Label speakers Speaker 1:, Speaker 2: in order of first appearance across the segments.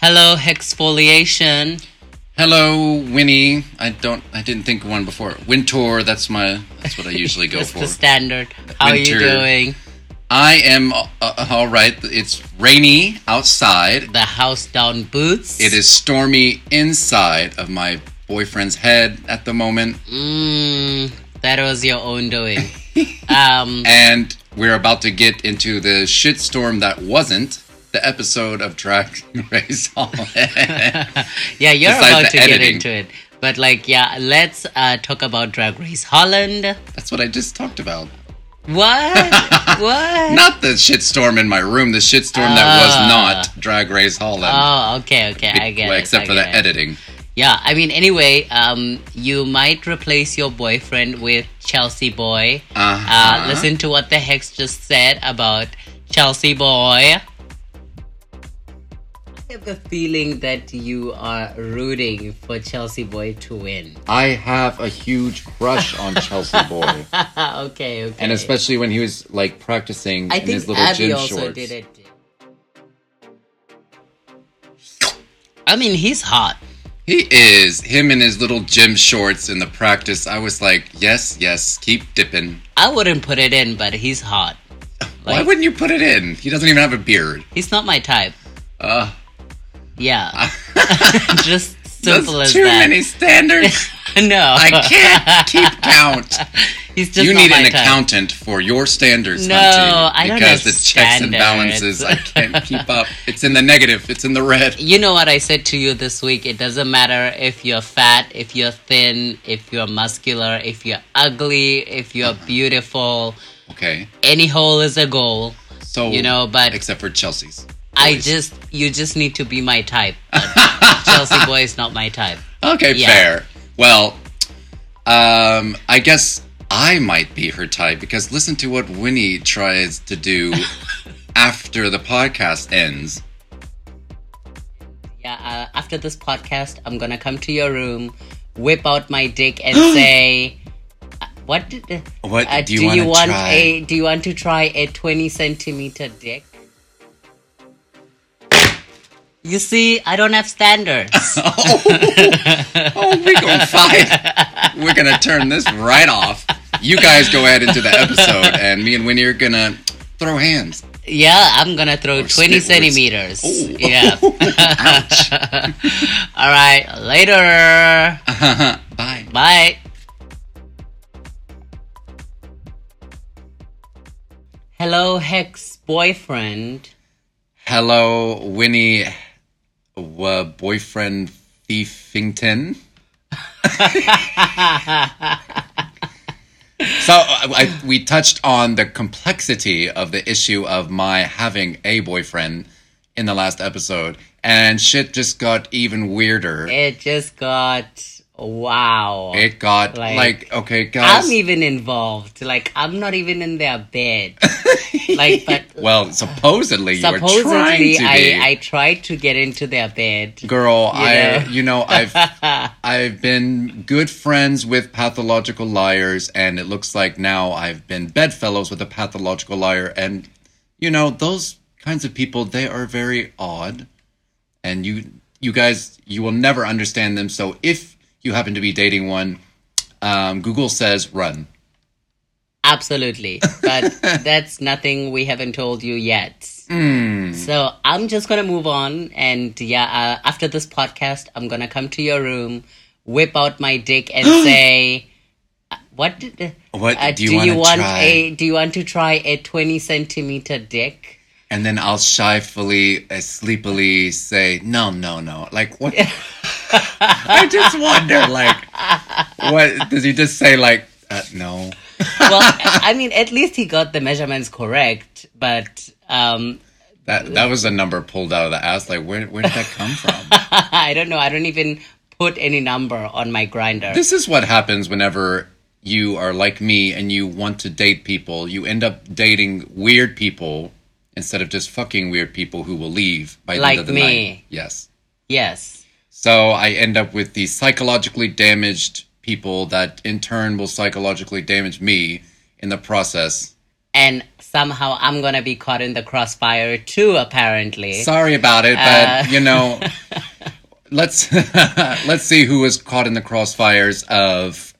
Speaker 1: Hello, Hexfoliation.
Speaker 2: Hello, Winnie. I don't. I didn't think of one before. Winter. That's my. That's what I usually go
Speaker 1: Just
Speaker 2: for.
Speaker 1: the standard. How are you
Speaker 2: Winter.
Speaker 1: doing?
Speaker 2: I am uh, uh, all right. It's rainy outside.
Speaker 1: The house down boots.
Speaker 2: It is stormy inside of my boyfriend's head at the moment,
Speaker 1: Mm, that was your own doing. um,
Speaker 2: and we're about to get into the shitstorm that wasn't the episode of Drag Race Holland.
Speaker 1: yeah, you're
Speaker 2: besides
Speaker 1: about
Speaker 2: the
Speaker 1: to get
Speaker 2: editing.
Speaker 1: into it. But like, yeah, let's uh, talk about Drag Race Holland.
Speaker 2: That's what I just talked about.
Speaker 1: What? what?
Speaker 2: Not the shitstorm in my room. The shitstorm that was not Drag Race Holland.
Speaker 1: Ah. Oh, okay, okay, I get
Speaker 2: Well,
Speaker 1: it.
Speaker 2: except
Speaker 1: I
Speaker 2: for the
Speaker 1: get it.
Speaker 2: editing.
Speaker 1: Yeah, I mean, anyway, um, you might replace your boyfriend with Chelsea Boy.
Speaker 2: Uh-huh.
Speaker 1: Uh, listen to what the Hex just said about Chelsea Boy. I have the feeling that you are rooting for Chelsea Boy to win.
Speaker 2: I have a huge crush on Chelsea Boy,
Speaker 1: okay, okay.
Speaker 2: and especially when he was like practicing
Speaker 1: I
Speaker 2: in his
Speaker 1: think
Speaker 2: little
Speaker 1: Abby
Speaker 2: gym
Speaker 1: also
Speaker 2: shorts.
Speaker 1: did it. I mean, he's hot.
Speaker 2: He is him in his little gym shorts in the practice. I was like, yes, yes, keep dipping.
Speaker 1: I wouldn't put it in, but he's hot.
Speaker 2: Why
Speaker 1: Like-
Speaker 2: wouldn't you put it in? He doesn't even have a beard.
Speaker 1: He's not my type.
Speaker 2: Uh,
Speaker 1: Yeah. Just
Speaker 2: that's
Speaker 1: simple as
Speaker 2: too
Speaker 1: that.
Speaker 2: many standards.
Speaker 1: no.
Speaker 2: I can't keep count.
Speaker 1: He's just
Speaker 2: you
Speaker 1: not
Speaker 2: need
Speaker 1: my
Speaker 2: an
Speaker 1: type.
Speaker 2: accountant for your standards.
Speaker 1: No,
Speaker 2: Hunty,
Speaker 1: I don't have
Speaker 2: because the checks and
Speaker 1: standards.
Speaker 2: balances I can't keep up. It's in the negative. It's in the red.
Speaker 1: You know what I said to you this week? It doesn't matter if you're fat, if you're thin, if you're muscular, if you're ugly, if you're
Speaker 2: Uh-huh.
Speaker 1: beautiful.
Speaker 2: Okay.
Speaker 1: Any hole is a goal.
Speaker 2: So
Speaker 1: You know, but-
Speaker 2: except for Chelsea's.
Speaker 1: I
Speaker 2: Boys.
Speaker 1: just, you just need to be my type. But Chelsea Boy is not my type.
Speaker 2: Okay,
Speaker 1: Yeah.
Speaker 2: fair. Well, um, I guess I might be her type because listen to what Winnie tries to do after the podcast ends.
Speaker 1: Yeah, uh, after this podcast, I'm gonna come to your room, whip out my dick, and say, uh, "What did the,
Speaker 2: What
Speaker 1: uh,
Speaker 2: do you wanna
Speaker 1: want
Speaker 2: try?
Speaker 1: a Do you want to try a 20 centimeter dick?" You see, I don't have standards.
Speaker 2: Oh, we're gonna fight. We're gonna turn this right off. You guys go ahead into the episode, and me and Winnie are gonna throw hands.
Speaker 1: yeah, I'm gonna throw 20
Speaker 2: spit words.
Speaker 1: centimeters.
Speaker 2: Ooh.
Speaker 1: Yeah.
Speaker 2: Ouch.
Speaker 1: All right, later.
Speaker 2: Bye.
Speaker 1: Bye. Hello, Hex boyfriend.
Speaker 2: Hello, Winnie, uh, boyfriend Thiefington. so uh, I, I, we touched on the complexity of the issue of my having a boyfriend in the last episode, and shit just got even weirder. It,
Speaker 1: It just got wow.
Speaker 2: got
Speaker 1: like-
Speaker 2: like, okay, guys.
Speaker 1: I'm even involved. Like I'm not even in their bed. like, but
Speaker 2: well, supposedly you were trying
Speaker 1: supposedly
Speaker 2: to
Speaker 1: I
Speaker 2: be.
Speaker 1: I tried to get into their bed.
Speaker 2: girl i
Speaker 1: know?
Speaker 2: you know i've i've been good friends with pathological liars and it looks like now i've been bedfellows with a pathological liar and you know those kinds of people they are very odd and you you guys you will never understand them so if you happen to be dating one um, google says run
Speaker 1: Absolutely, but that's nothing we haven't told you yet.
Speaker 2: Hmm.
Speaker 1: So I'm just gonna move on, and yeah, uh, after this podcast, I'm gonna come to your room, whip out my dick, and say, uh, "What did the,
Speaker 2: What
Speaker 1: uh,
Speaker 2: do you wanna
Speaker 1: want
Speaker 2: try?"
Speaker 1: a Do you want to try a twenty centimeter dick?"
Speaker 2: and then i'll shyfully uh, sleepily say no no no like what i just wonder like what does he just say like uh, no
Speaker 1: well, I mean, at least he got the measurements correct, but um,
Speaker 2: that that was a number pulled out of the ass like where, where did that come from
Speaker 1: I don't know. I don't even put any number on my grinder.
Speaker 2: this is what happens whenever you are like me and you want to date people you end up dating weird people instead of just fucking weird people who will leave by the
Speaker 1: Like
Speaker 2: end of the
Speaker 1: me.
Speaker 2: night yes
Speaker 1: Yes.
Speaker 2: So I end up with these psychologically damaged people that in turn will psychologically damage me in the process.
Speaker 1: and somehow I'm gonna be caught in the crossfire too. Apparently,
Speaker 2: Sorry about it,
Speaker 1: Uh.
Speaker 2: but you know, let's let's see who was caught in the crossfires of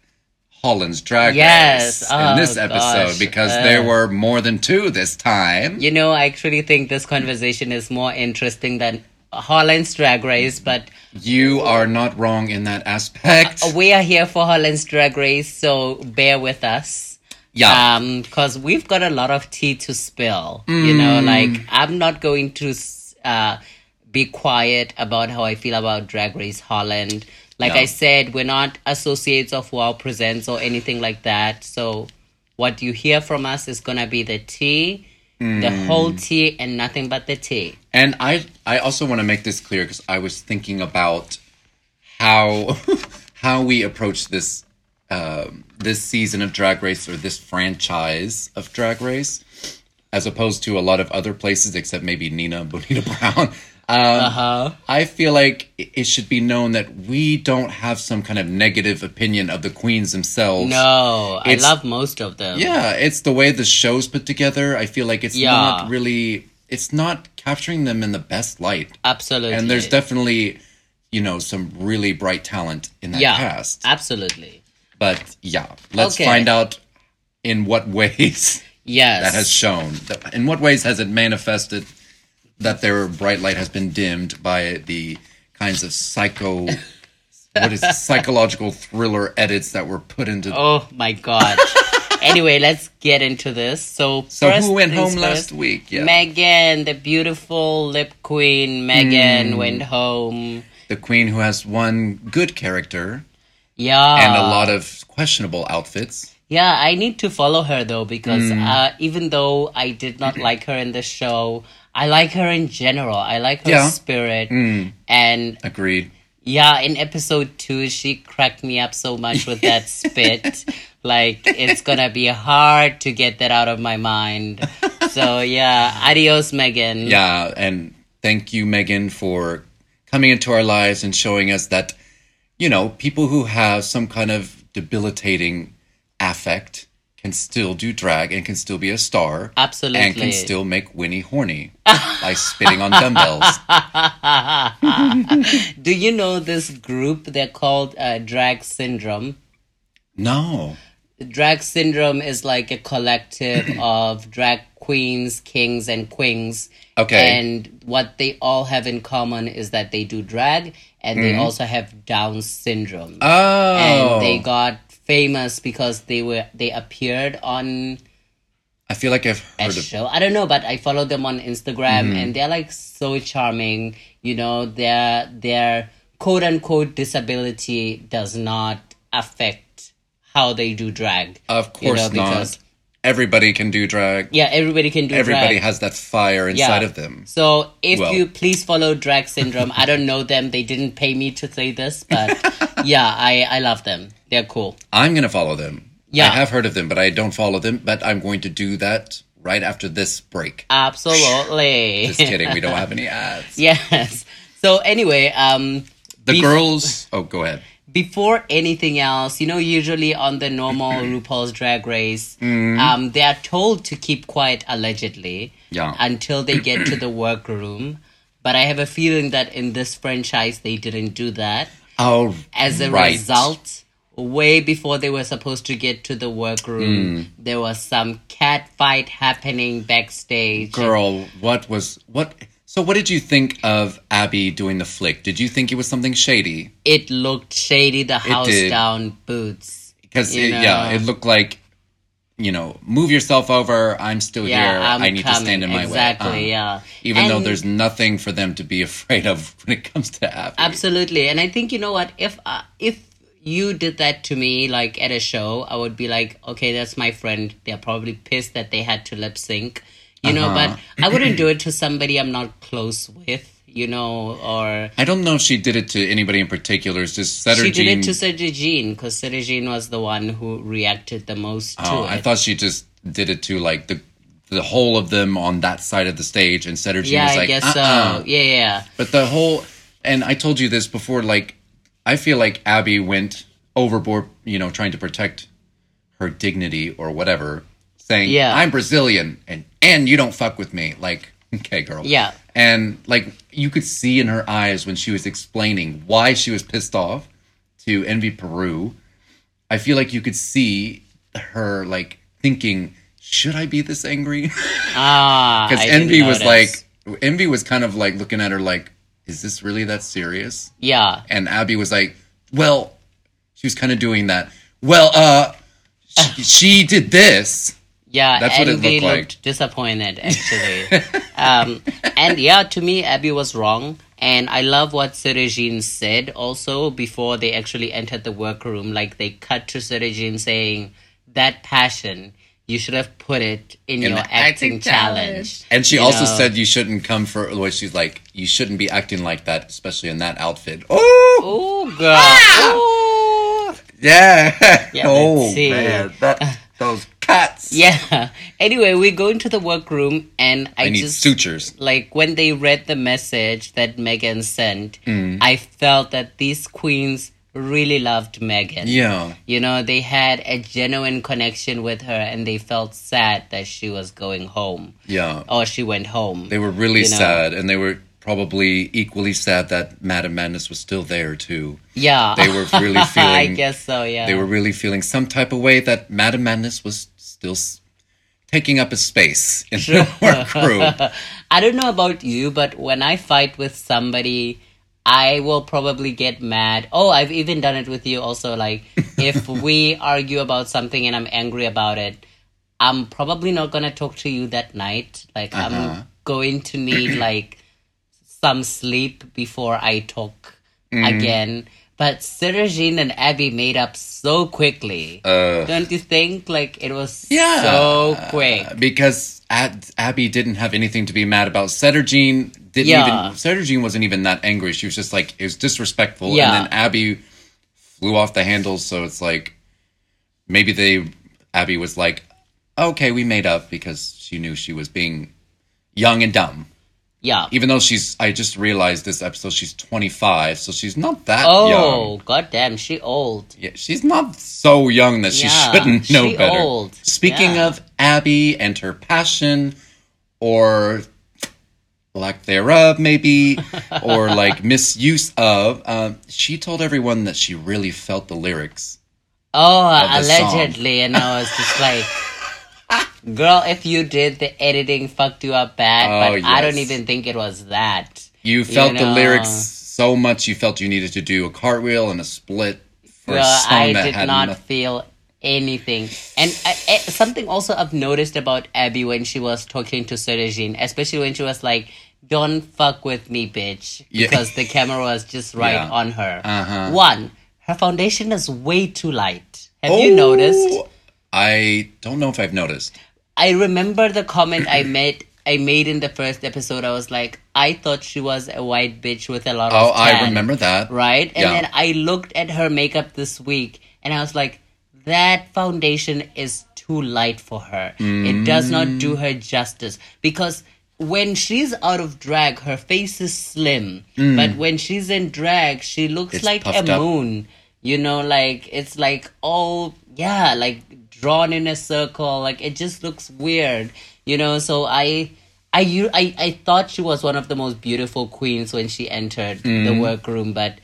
Speaker 2: Holland's Drag
Speaker 1: Yes.
Speaker 2: Race
Speaker 1: Oh,
Speaker 2: in this episode
Speaker 1: gosh. Uh.
Speaker 2: because there were more than two this time.
Speaker 1: you know, I actually think this conversation is more interesting than Holland's Drag Race, but
Speaker 2: You are not wrong in that aspect.
Speaker 1: we are here for Holland's Drag Race, so bear with us.
Speaker 2: yeah,
Speaker 1: Um, because we've got a lot of tea to spill. You know,
Speaker 2: Mm.
Speaker 1: like I'm not going to s- uh, be quiet about how I feel about Drag Race Holland. Like
Speaker 2: Yeah.
Speaker 1: I said, we're not associates of Wow Presents or anything like that. So, what you hear from us is gonna be the tea, the
Speaker 2: Mm.
Speaker 1: whole tea, and nothing but the tea.
Speaker 2: and I I also want to make this clear because I was thinking about how how we approach this um, this season of Drag Race or this franchise of Drag Race, as opposed to a lot of other places, except maybe Nina Bonita Brown. Um,
Speaker 1: Uh-huh.
Speaker 2: I feel like i- it should be known that we don't have some kind of negative opinion of the queens themselves.
Speaker 1: No,
Speaker 2: It's-
Speaker 1: I love most of them.
Speaker 2: Yeah, it's the way the show's put together. I feel like it's
Speaker 1: Yeah.
Speaker 2: not really it's not capturing them in the best light.
Speaker 1: absolutely.
Speaker 2: And there's definitely, you know, some really bright talent in that
Speaker 1: yeah,
Speaker 2: cast.
Speaker 1: absolutely.
Speaker 2: But yeah, let's
Speaker 1: Okay.
Speaker 2: find out in what ways
Speaker 1: Yes,
Speaker 2: that has shown. In what ways has it manifested that their bright light has been dimmed by the kinds of psycho what is it, psychological thriller edits that were put into
Speaker 1: Oh my god. anyway, let's get into this. So,
Speaker 2: So
Speaker 1: first
Speaker 2: who went
Speaker 1: things
Speaker 2: home
Speaker 1: first,
Speaker 2: last week? Yeah.
Speaker 1: Megan, the beautiful lip queen
Speaker 2: Hmm.
Speaker 1: Megan went home.
Speaker 2: the queen who has one good character
Speaker 1: Yeah.
Speaker 2: and a lot of questionable outfits.
Speaker 1: Yeah, I need to follow her though because
Speaker 2: Hmm.
Speaker 1: uh, even though I did not like her in the show, I like her in general. I like her
Speaker 2: Yeah. Hmm.
Speaker 1: spirit. And
Speaker 2: Agreed.
Speaker 1: Yeah, in episode two, she cracked me up so much with that spit. like, it's gonna be hard to get that out of my mind. So, yeah, adios, Megan.
Speaker 2: Yeah, and thank you, Megan, for coming into our lives and showing us that, you know, people who have some kind of debilitating affect can still do drag and can still be a star.
Speaker 1: Absolutely.
Speaker 2: And can still make Winnie horny by spitting on dumbbells.
Speaker 1: Do you know this group? They're called uh, Drag Syndrome.
Speaker 2: No.
Speaker 1: Drag Syndrome is like a collective of drag queens, kings, and queens.
Speaker 2: Okay.
Speaker 1: And what they all have in common is that they do drag and
Speaker 2: Mm-hmm.
Speaker 1: they also have Down syndrome.
Speaker 2: Oh.
Speaker 1: and they got famous because they were they appeared on
Speaker 2: I feel like I've
Speaker 1: a
Speaker 2: heard of Mm-hmm.
Speaker 1: show. I don't know, but I follow them on Instagram and they're like so charming. You know, their their quote unquote disability does not affect how they do drag.
Speaker 2: Of
Speaker 1: you know,
Speaker 2: course not. Everybody can do drag.
Speaker 1: yeah, everybody can do
Speaker 2: Everybody
Speaker 1: drag.
Speaker 2: has that fire inside of them.
Speaker 1: So if
Speaker 2: Well-
Speaker 1: you please follow Drag Syndrome, I don't know them. They didn't pay me to say this, but yeah, I I love them. They're cool.
Speaker 2: I'm going to follow them.
Speaker 1: Yeah.
Speaker 2: I have heard of them, but I don't follow them. But I'm going to do that right after this break.
Speaker 1: Absolutely.
Speaker 2: Just kidding. We don't have any ads.
Speaker 1: Yes. So anyway, um
Speaker 2: The
Speaker 1: bef-
Speaker 2: girls. Oh, go ahead.
Speaker 1: before anything else, you know, usually on the normal RuPaul's Drag Race,
Speaker 2: Mm-hmm.
Speaker 1: um, they are told to keep quiet allegedly
Speaker 2: Yeah.
Speaker 1: until they get to the workroom. But I have a feeling that in this franchise, they didn't do that.
Speaker 2: Oh,
Speaker 1: As a
Speaker 2: right.
Speaker 1: result, way before they were supposed to get to the
Speaker 2: Mm.
Speaker 1: workroom, there was some cat fight happening backstage.
Speaker 2: girl, what was what? So, what did you think of Abby doing the flick? Did you think it was something shady?
Speaker 1: It looked shady, the house
Speaker 2: did.
Speaker 1: down boots.
Speaker 2: Because
Speaker 1: You
Speaker 2: yeah,
Speaker 1: know.
Speaker 2: it looked like you know, move yourself over. I'm still
Speaker 1: Yeah,
Speaker 2: here.
Speaker 1: I'm
Speaker 2: i need
Speaker 1: coming.
Speaker 2: to stand in my
Speaker 1: exactly,
Speaker 2: way.
Speaker 1: yeah.
Speaker 2: Uh, Even though
Speaker 1: And-
Speaker 2: there's nothing for them to be afraid of when it comes to Abby.
Speaker 1: absolutely, and I think you know what if uh, if you did that to me like at a show, I would be like, okay, that's my friend. They're probably pissed that they had to lip sync, you know.
Speaker 2: Uh-huh.
Speaker 1: But I wouldn't do it to somebody I'm not close with, you know, or.
Speaker 2: I don't know if she did it to anybody in particular. It's just Setter
Speaker 1: She did
Speaker 2: Jean.
Speaker 1: it to Sergey Jean because Sergey Jean was the one who reacted the most to
Speaker 2: Oh,
Speaker 1: it.
Speaker 2: I thought she just did it to like the the whole of them on that side of the stage, and Setter Jean
Speaker 1: yeah,
Speaker 2: was
Speaker 1: I
Speaker 2: like,
Speaker 1: guess
Speaker 2: uh-uh.
Speaker 1: so. Yeah, yeah.
Speaker 2: But the whole, and I told you this before. Like, I feel like Abby went overboard, you know, trying to protect her dignity or whatever. saying,
Speaker 1: Yeah.
Speaker 2: I'm Brazilian and and you don't fuck with me." Like, okay, girl.
Speaker 1: Yeah.
Speaker 2: And like you could see in her eyes when she was explaining why she was pissed off to Envy Peru. I feel like you could see her like thinking, "Should I be this angry?"
Speaker 1: Ah,
Speaker 2: Because
Speaker 1: I didn't
Speaker 2: Envy was
Speaker 1: notice.
Speaker 2: like, Envy was kind of like looking at her like, "Is this really that serious?"
Speaker 1: yeah,
Speaker 2: and Abby was like, "Well, she was kind of doing that. Well, uh, she, she did this.
Speaker 1: yeah.
Speaker 2: That's what it
Speaker 1: Envy
Speaker 2: looked like.
Speaker 1: looked disappointed actually. um, and yeah, to me, Abby was wrong. And I love what Serejin said also before they actually entered the workroom. Like they cut to Serejin saying that passion you should have put it in,
Speaker 2: In
Speaker 1: your
Speaker 2: the
Speaker 1: acting,
Speaker 2: acting
Speaker 1: challenge.
Speaker 2: And she
Speaker 1: You
Speaker 2: also
Speaker 1: know.
Speaker 2: said you shouldn't come for. Well, she's like, you shouldn't be acting like that, especially in that outfit. Oh,
Speaker 1: "Oh, girl,
Speaker 2: Ah!
Speaker 1: ooh."
Speaker 2: yeah.
Speaker 1: Yeah,
Speaker 2: oh
Speaker 1: let's see.
Speaker 2: man, that those cuts.
Speaker 1: Yeah. Anyway, we go into the workroom, and I,
Speaker 2: I need
Speaker 1: just
Speaker 2: sutures.
Speaker 1: like when they read the message that Megan sent.
Speaker 2: Mm.
Speaker 1: I felt that these queens really loved Megan.
Speaker 2: Yeah.
Speaker 1: You know, they had a genuine connection with her, and they felt sad that she was going home,
Speaker 2: Yeah.
Speaker 1: or she went home.
Speaker 2: They were really
Speaker 1: You know.
Speaker 2: sad, and they were probably equally sad that Madame Madness was still there too.
Speaker 1: yeah,
Speaker 2: They were really
Speaker 1: I
Speaker 2: feeling
Speaker 1: guess so. Yeah,
Speaker 2: they were really feeling some type of way that Madam Madness was still s- taking up a space in the workroom.
Speaker 1: I don't know about you, but when I fight with somebody, I will probably get mad. Oh, I've even done it with you also. Like, if we argue about something and I'm angry about it, I'm probably not going to talk to you that night. Like, I'm going to need, like, some sleep before I talk again. But Serajin and Abby made up so quickly. Don't you think? Like, it was
Speaker 2: Yeah.
Speaker 1: so quick.
Speaker 2: Uh, because Ab- Abby didn't have anything to be mad about. Setterjean didn't
Speaker 1: Yeah.
Speaker 2: even. Setterjean wasn't even that angry. She was just like it was disrespectful.
Speaker 1: Yeah.
Speaker 2: And then Abby flew off the handles. So it's like maybe they. Abby was like, okay, we made up because she knew she was being young and dumb.
Speaker 1: Yeah.
Speaker 2: Even though she's, I just realized this episode, she's 25, so she's not that young.
Speaker 1: Oh, goddamn, she old.
Speaker 2: Yeah, she's not so young that she
Speaker 1: Yeah,
Speaker 2: shouldn't know
Speaker 1: she
Speaker 2: better.
Speaker 1: old.
Speaker 2: Speaking
Speaker 1: Yeah.
Speaker 2: of Abby and her passion, or lack thereof, maybe, or like misuse of, um, she told everyone that she really felt the lyrics.
Speaker 1: Oh,
Speaker 2: the song.
Speaker 1: allegedly, and I was just like, girl, if you did, the editing fucked you up bad.
Speaker 2: Oh,
Speaker 1: but I don't
Speaker 2: yes.
Speaker 1: even think it was that.
Speaker 2: You felt the
Speaker 1: know.
Speaker 2: lyrics so much, you felt you needed to do a cartwheel and a split for
Speaker 1: Girl,
Speaker 2: a song
Speaker 1: I
Speaker 2: that
Speaker 1: did
Speaker 2: had
Speaker 1: not
Speaker 2: nothing.
Speaker 1: feel anything. And I, I, something also I've noticed about Abby when she was talking to Serejin, especially when she was like, don't fuck with me, bitch.
Speaker 2: Yeah.
Speaker 1: Because the camera was just right
Speaker 2: Yeah.
Speaker 1: on her.
Speaker 2: Uh-huh.
Speaker 1: One, her foundation is way too light. Have you noticed?
Speaker 2: Oh, I don't know if I've noticed.
Speaker 1: I remember the comment I made I made in the first episode. I was like, I thought she was a white bitch with a lot
Speaker 2: Oh,
Speaker 1: of tan,
Speaker 2: I remember that.
Speaker 1: right? And
Speaker 2: Yeah.
Speaker 1: then I looked at her makeup this week, and I was like, that foundation is too light for her. It does not
Speaker 2: Mm.
Speaker 1: do her justice because when she's out of drag, her face is slim,
Speaker 2: Mm.
Speaker 1: but when she's in drag, she looks
Speaker 2: It's
Speaker 1: like a
Speaker 2: puffed up.
Speaker 1: moon. You know, like it's like all yeah, like drawn in a circle. Like it just looks weird. You know, so I. I, u- I, I thought she was one of the most beautiful queens when she entered
Speaker 2: Mm.
Speaker 1: the workroom, but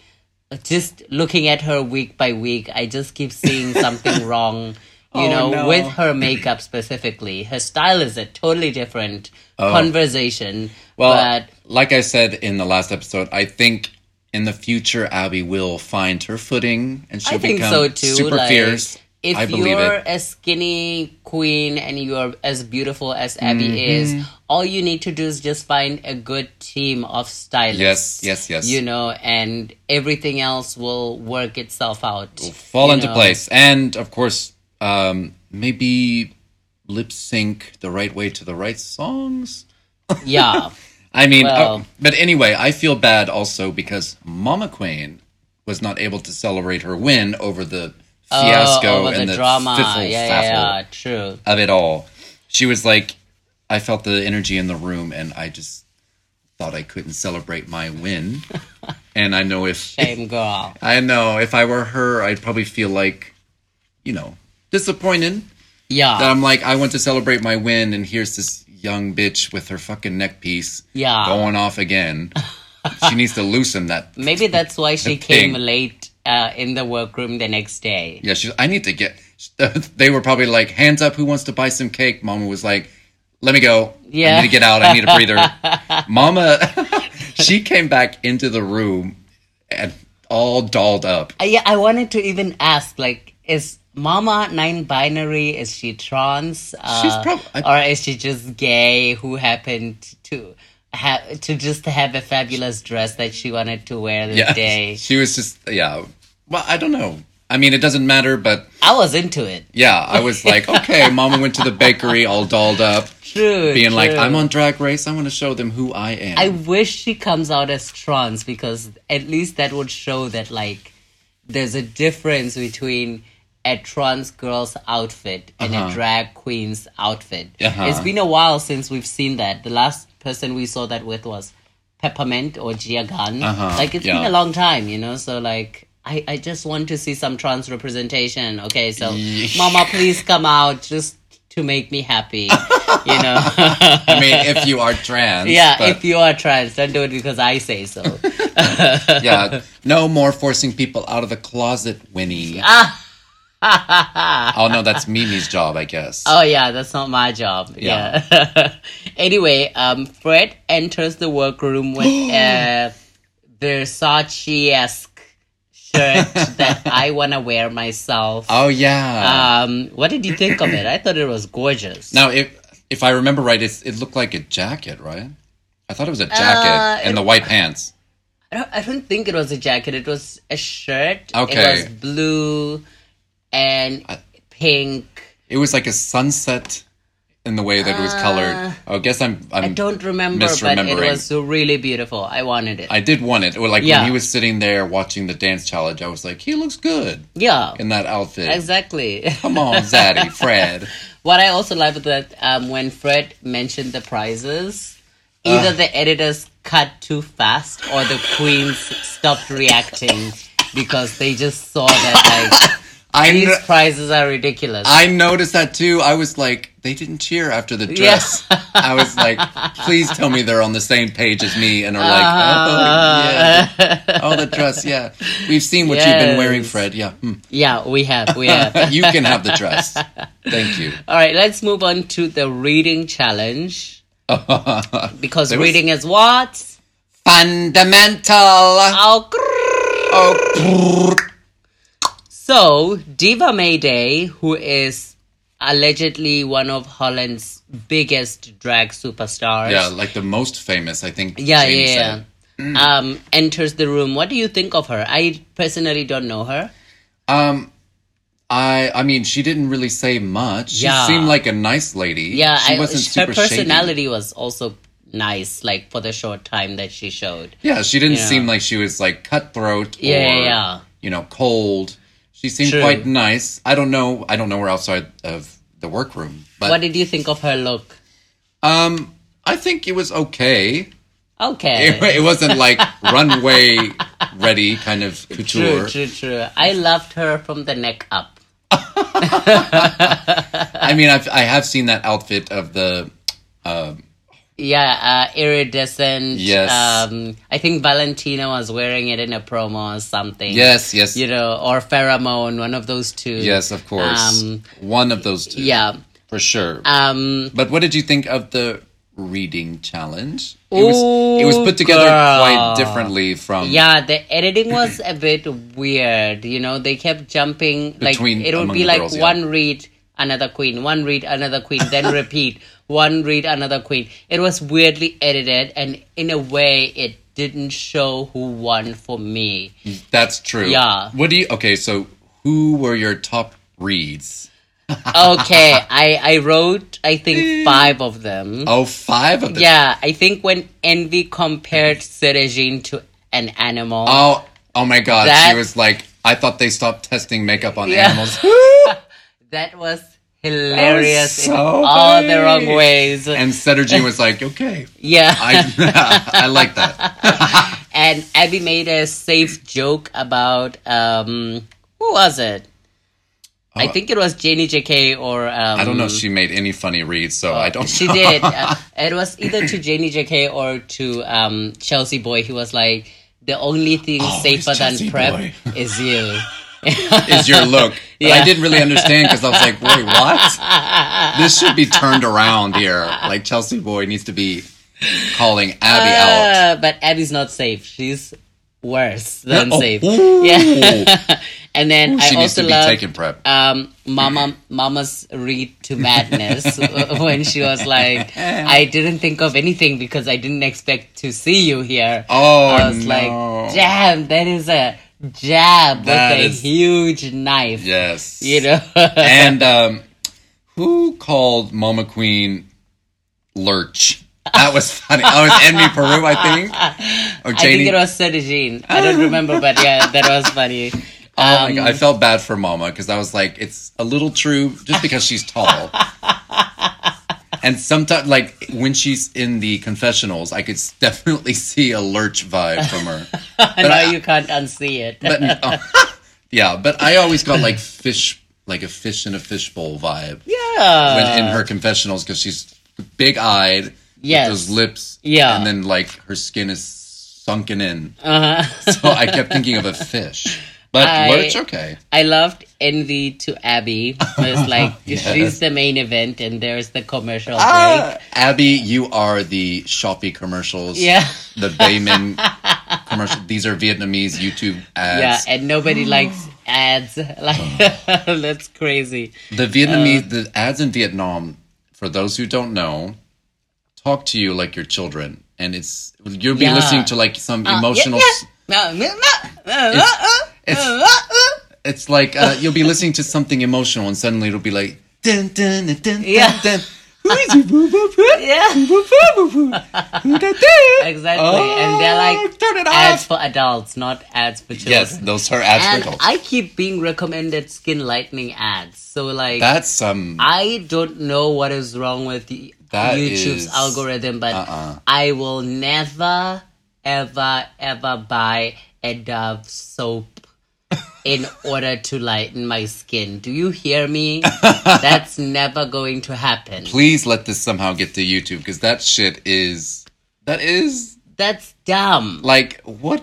Speaker 1: just looking at her week by week, I just keep seeing something wrong. You
Speaker 2: Oh,
Speaker 1: know,
Speaker 2: no.
Speaker 1: with her makeup specifically, her style is a totally different conversation.
Speaker 2: Oh. Well,
Speaker 1: but
Speaker 2: like I said in the last episode, I think in the future Abby will find her footing and she'll
Speaker 1: I think
Speaker 2: become
Speaker 1: so too.
Speaker 2: super
Speaker 1: like,
Speaker 2: fierce.
Speaker 1: If
Speaker 2: I believe
Speaker 1: you're
Speaker 2: it.
Speaker 1: a skinny queen and you're as beautiful as Abby
Speaker 2: Mm-hmm.
Speaker 1: is, all you need to do is just find a good team of stylists.
Speaker 2: Yes, yes, yes.
Speaker 1: You know, and everything else will work itself out.
Speaker 2: Fall
Speaker 1: you
Speaker 2: into
Speaker 1: know.
Speaker 2: place, and of course, um, maybe lip sync the right way to the right songs.
Speaker 1: Yeah.
Speaker 2: I mean, oh,
Speaker 1: Well-
Speaker 2: but anyway, I feel bad also because Mama Queen was not able to celebrate her win over the fiasco
Speaker 1: Oh, over
Speaker 2: and
Speaker 1: the, drama.
Speaker 2: fiffle
Speaker 1: yeah,
Speaker 2: faffle.
Speaker 1: yeah, yeah, true.
Speaker 2: of it all. She was like, I felt the energy in the room, and I just thought I couldn't celebrate my win. and I know if
Speaker 1: Shame girl.
Speaker 2: I know if I were her, I'd probably feel like, you know, disappointed.
Speaker 1: Yeah.
Speaker 2: That I'm like, I want to celebrate my win, and here's this young bitch with her fucking neck piece
Speaker 1: Yeah.
Speaker 2: going off again. she needs to loosen that.
Speaker 1: Maybe that's why she came
Speaker 2: thing.
Speaker 1: late uh, in the workroom the next day.
Speaker 2: Yeah, she's. I need to get. They were probably like, hands up, who wants to buy some cake? Mama was like, let me go. I
Speaker 1: Yeah.
Speaker 2: need to get out. I need a breather. Mama, she came back into the room and all dolled up.
Speaker 1: Uh, yeah, I wanted to even ask, like, is Mama nine-binary? Is she trans? Uh,
Speaker 2: She's prob- I-
Speaker 1: or is she just gay who happened to have to just have a fabulous dress that she wanted to wear the
Speaker 2: Yeah.
Speaker 1: day?
Speaker 2: She was just, yeah. Well, I don't know. I mean, it doesn't matter, but
Speaker 1: I was into it.
Speaker 2: yeah, I was like, okay, Mama went to the bakery all dolled up,
Speaker 1: True.
Speaker 2: being like,
Speaker 1: true.
Speaker 2: I'm on drag race. I want to show them who I am.
Speaker 1: I wish she comes out as trans because at least that would show that like there's a difference between a trans girl's outfit and a drag queen's outfit.
Speaker 2: Uh-huh.
Speaker 1: It's been a while since we've seen that. The last person we saw that with was Peppermint or Gia Gunn.
Speaker 2: Uh-huh,
Speaker 1: Like it's been
Speaker 2: yeah.
Speaker 1: a long time, you know. So like I I just want to see some trans representation. Okay, so
Speaker 2: Yeah.
Speaker 1: Mama, please come out just to make me happy. you know.
Speaker 2: I mean, if you are trans,
Speaker 1: Yeah,
Speaker 2: but-
Speaker 1: if you are trans, don't do it because I say so.
Speaker 2: yeah. No more forcing people out of the closet, Winnie. oh no, that's Mimi's job, I guess.
Speaker 1: oh yeah, that's not my job. Yeah. anyway, um, Fred enters the workroom with uh, a Versace-esque shirt that I wanna wear myself.
Speaker 2: oh yeah.
Speaker 1: Um, what did you think of it? I thought it was gorgeous.
Speaker 2: now, if if I remember right, it's, it looked like a jacket, right? I thought it was a jacket
Speaker 1: Uh,
Speaker 2: and the white pants.
Speaker 1: I don't, I don't think it was a jacket. It was a shirt.
Speaker 2: Okay.
Speaker 1: It was blue and pink.
Speaker 2: It was like a sunset in the way that it was colored. Oh, I guess I'm. I'm
Speaker 1: Uh, I don't remember, but it
Speaker 2: misremembering.
Speaker 1: was really beautiful. I wanted it.
Speaker 2: I did want it. Well, Like
Speaker 1: Yeah.
Speaker 2: when he was sitting there watching the dance challenge, I was like, he looks good
Speaker 1: yeah,
Speaker 2: in that outfit.
Speaker 1: exactly.
Speaker 2: Come on, Zaddy, Fred.
Speaker 1: what I also love is that um, when Fred mentioned the prizes, either the editors cut too fast or the queens stopped reacting because they just saw that like
Speaker 2: I
Speaker 1: these
Speaker 2: kn-
Speaker 1: prizes are ridiculous.
Speaker 2: I noticed that too. I was like, they didn't cheer after the
Speaker 1: Yeah.
Speaker 2: dress. I was like, please tell me they're on the same page as me and are like,
Speaker 1: Uh-huh.
Speaker 2: oh, yeah. Oh, the dress, yeah. We've seen what you've been wearing,
Speaker 1: Yes.
Speaker 2: Fred. Yeah. Hmm.
Speaker 1: yeah, we have, we have.
Speaker 2: you can have the dress. Thank you.
Speaker 1: All right, let's move on to the reading challenge because reading is what.
Speaker 2: Fundamental.
Speaker 1: Oh, grrr.
Speaker 2: Oh,
Speaker 1: So, Diva Mayday, who is allegedly one of Holland's biggest drag superstars.
Speaker 2: yeah, like the most famous, I think.
Speaker 1: Yeah,
Speaker 2: Jamie
Speaker 1: yeah, yeah.
Speaker 2: said.
Speaker 1: Um, enters the room. What do you think of her? I personally don't know her.
Speaker 2: Um, I I mean, she didn't really say much. She
Speaker 1: Yeah.
Speaker 2: seemed like a nice lady.
Speaker 1: Yeah,
Speaker 2: she
Speaker 1: I,
Speaker 2: wasn't
Speaker 1: her
Speaker 2: super shady.
Speaker 1: personality was also nice, like for the short time that she showed.
Speaker 2: Yeah, she didn't
Speaker 1: Yeah.
Speaker 2: seem like she was like cutthroat or
Speaker 1: Yeah, yeah, yeah.
Speaker 2: you know cold. She seemed
Speaker 1: True.
Speaker 2: quite nice. I don't know. I don't know her outside of the workroom, but
Speaker 1: what did you think of her look?
Speaker 2: um, I think it was okay. It,
Speaker 1: Okay.
Speaker 2: it wasn't like runway ready kind of couture.
Speaker 1: True, true, true. I loved her from the neck up.
Speaker 2: I mean, I've, I have seen that outfit of the. Uh,
Speaker 1: Yeah, uh, iridescent.
Speaker 2: Yes.
Speaker 1: Um, I think Valentina was wearing it in a promo or something.
Speaker 2: yes, yes,
Speaker 1: You know, or pheromone, one of those two.
Speaker 2: yes. Of course,
Speaker 1: Um,
Speaker 2: one of those two.
Speaker 1: Yeah.
Speaker 2: for sure.
Speaker 1: Um,
Speaker 2: But what did you think of the reading challenge? It was it was
Speaker 1: Ooh,
Speaker 2: put together quite
Speaker 1: girl.
Speaker 2: differently from
Speaker 1: yeah, the editing was a bit weird. You know, they kept jumping. Like,
Speaker 2: Between-
Speaker 1: it would
Speaker 2: among
Speaker 1: be
Speaker 2: the
Speaker 1: like
Speaker 2: girls, yeah.
Speaker 1: one read, another queen, one read, another queen, then repeat, one read, another queen. It was weirdly edited, and in a way, it didn't show who won for me.
Speaker 2: That's true.
Speaker 1: Yeah.
Speaker 2: What do you Okay, so who were your top reads?
Speaker 1: okay, I I wrote I think five of them.
Speaker 2: Oh, five of them.
Speaker 1: Yeah, I think when Envy compared Serejin to an animal.
Speaker 2: Oh, oh my god.
Speaker 1: That-
Speaker 2: She was like, I thought they stopped testing makeup on
Speaker 1: Yeah.
Speaker 2: animals.
Speaker 1: that was hilarious
Speaker 2: so
Speaker 1: in all the wrong
Speaker 2: funny.
Speaker 1: ways.
Speaker 2: and Setterji was like, okay.
Speaker 1: yeah.
Speaker 2: I I like that.
Speaker 1: and Abby made a safe joke about um who was it? I think it was Janie J.K. or. Um,
Speaker 2: Uh, I don't know if she made any funny reads, so I don't
Speaker 1: She
Speaker 2: know.
Speaker 1: did. Uh, it was either to Janie J.K. or to um, Chelsea Boy. He was like, the only thing
Speaker 2: Oh, it's
Speaker 1: safer than
Speaker 2: Chelsea
Speaker 1: prep
Speaker 2: Boy."
Speaker 1: is you.
Speaker 2: is your look. But I
Speaker 1: Yeah.
Speaker 2: didn't really understand because I was like, wait, what? This should be turned around here. Like, Chelsea Boy needs to be calling Abby out.
Speaker 1: Uh, but Abby's not safe. She's worse than
Speaker 2: Oh,
Speaker 1: safe.
Speaker 2: ooh.
Speaker 1: Yeah. and then I
Speaker 2: She needs
Speaker 1: also
Speaker 2: to be
Speaker 1: love
Speaker 2: taking prep.
Speaker 1: um, Mama Mama's read to madness when she was like, "I didn't think of anything because I didn't expect to see you here."
Speaker 2: Oh,
Speaker 1: I was
Speaker 2: no.
Speaker 1: like, "Damn, that is a jab
Speaker 2: That
Speaker 1: with
Speaker 2: is-
Speaker 1: a huge knife."
Speaker 2: yes.
Speaker 1: You know,
Speaker 2: and um, who called Mama Queen Lurch? That was funny. Oh, it was Envy Peru, I think. Or
Speaker 1: I
Speaker 2: Janie.
Speaker 1: think it was Sergine. I don't remember, but yeah, that was funny. Um,
Speaker 2: oh my God. I felt bad for Mama because I was like, it's a little true just because she's tall. and sometimes, like when she's in the confessionals, I could s- definitely see a lurch vibe from her.
Speaker 1: And now
Speaker 2: I-
Speaker 1: you can't unsee it.
Speaker 2: But oh, yeah, but I always got like fish, like a fish in a fishbowl vibe.
Speaker 1: yeah.
Speaker 2: when, in her confessionals because she's big eyed.
Speaker 1: Uh, Yes.
Speaker 2: With those lips.
Speaker 1: Yeah.
Speaker 2: And then like her skin is sunken in. so I kept thinking of a fish. But
Speaker 1: Uh-huh. I-
Speaker 2: well, it's okay.
Speaker 1: I loved Envy to Abby. It's like
Speaker 2: Yes. Ah,
Speaker 1: she's the main event, and there's the commercial break.
Speaker 2: Abby, you are the Shopee commercials.
Speaker 1: Yeah.
Speaker 2: The Bayman commercial. These are Vietnamese YouTube
Speaker 1: Yeah,
Speaker 2: ads.
Speaker 1: and nobody likes ads. Like that's crazy.
Speaker 2: the Vietnamese,
Speaker 1: Uh.
Speaker 2: the ads in Vietnam, for those who don't know, talk to you like your children. And it's, you'll be
Speaker 1: Yeah. Uh,
Speaker 2: listening to like some emotional. s-
Speaker 1: Yeah, yeah. No, no, no, no,
Speaker 2: it's-
Speaker 1: no, uh. no.
Speaker 2: It's like uh, you'll be listening to something emotional, and suddenly it'll be like, dun, dun, dun, dun,
Speaker 1: Yeah.
Speaker 2: dun, dun.
Speaker 1: Yeah, exactly. and they're like
Speaker 2: Oh. turn it
Speaker 1: ads
Speaker 2: off.
Speaker 1: for adults, not ads for children.
Speaker 2: Yes, those are ads for
Speaker 1: And
Speaker 2: adults.
Speaker 1: I keep being recommended skin lightening ads. So like
Speaker 2: That's um, some.
Speaker 1: I don't know what is wrong with the
Speaker 2: That
Speaker 1: YouTube's
Speaker 2: is-
Speaker 1: algorithm, but
Speaker 2: uh-uh.
Speaker 1: I will never, ever, ever buy a Dove soap in order to lighten my skin. Do you hear me? That's never going to happen.
Speaker 2: please let this somehow get to YouTube because that shit is. That is
Speaker 1: That's dumb.
Speaker 2: like what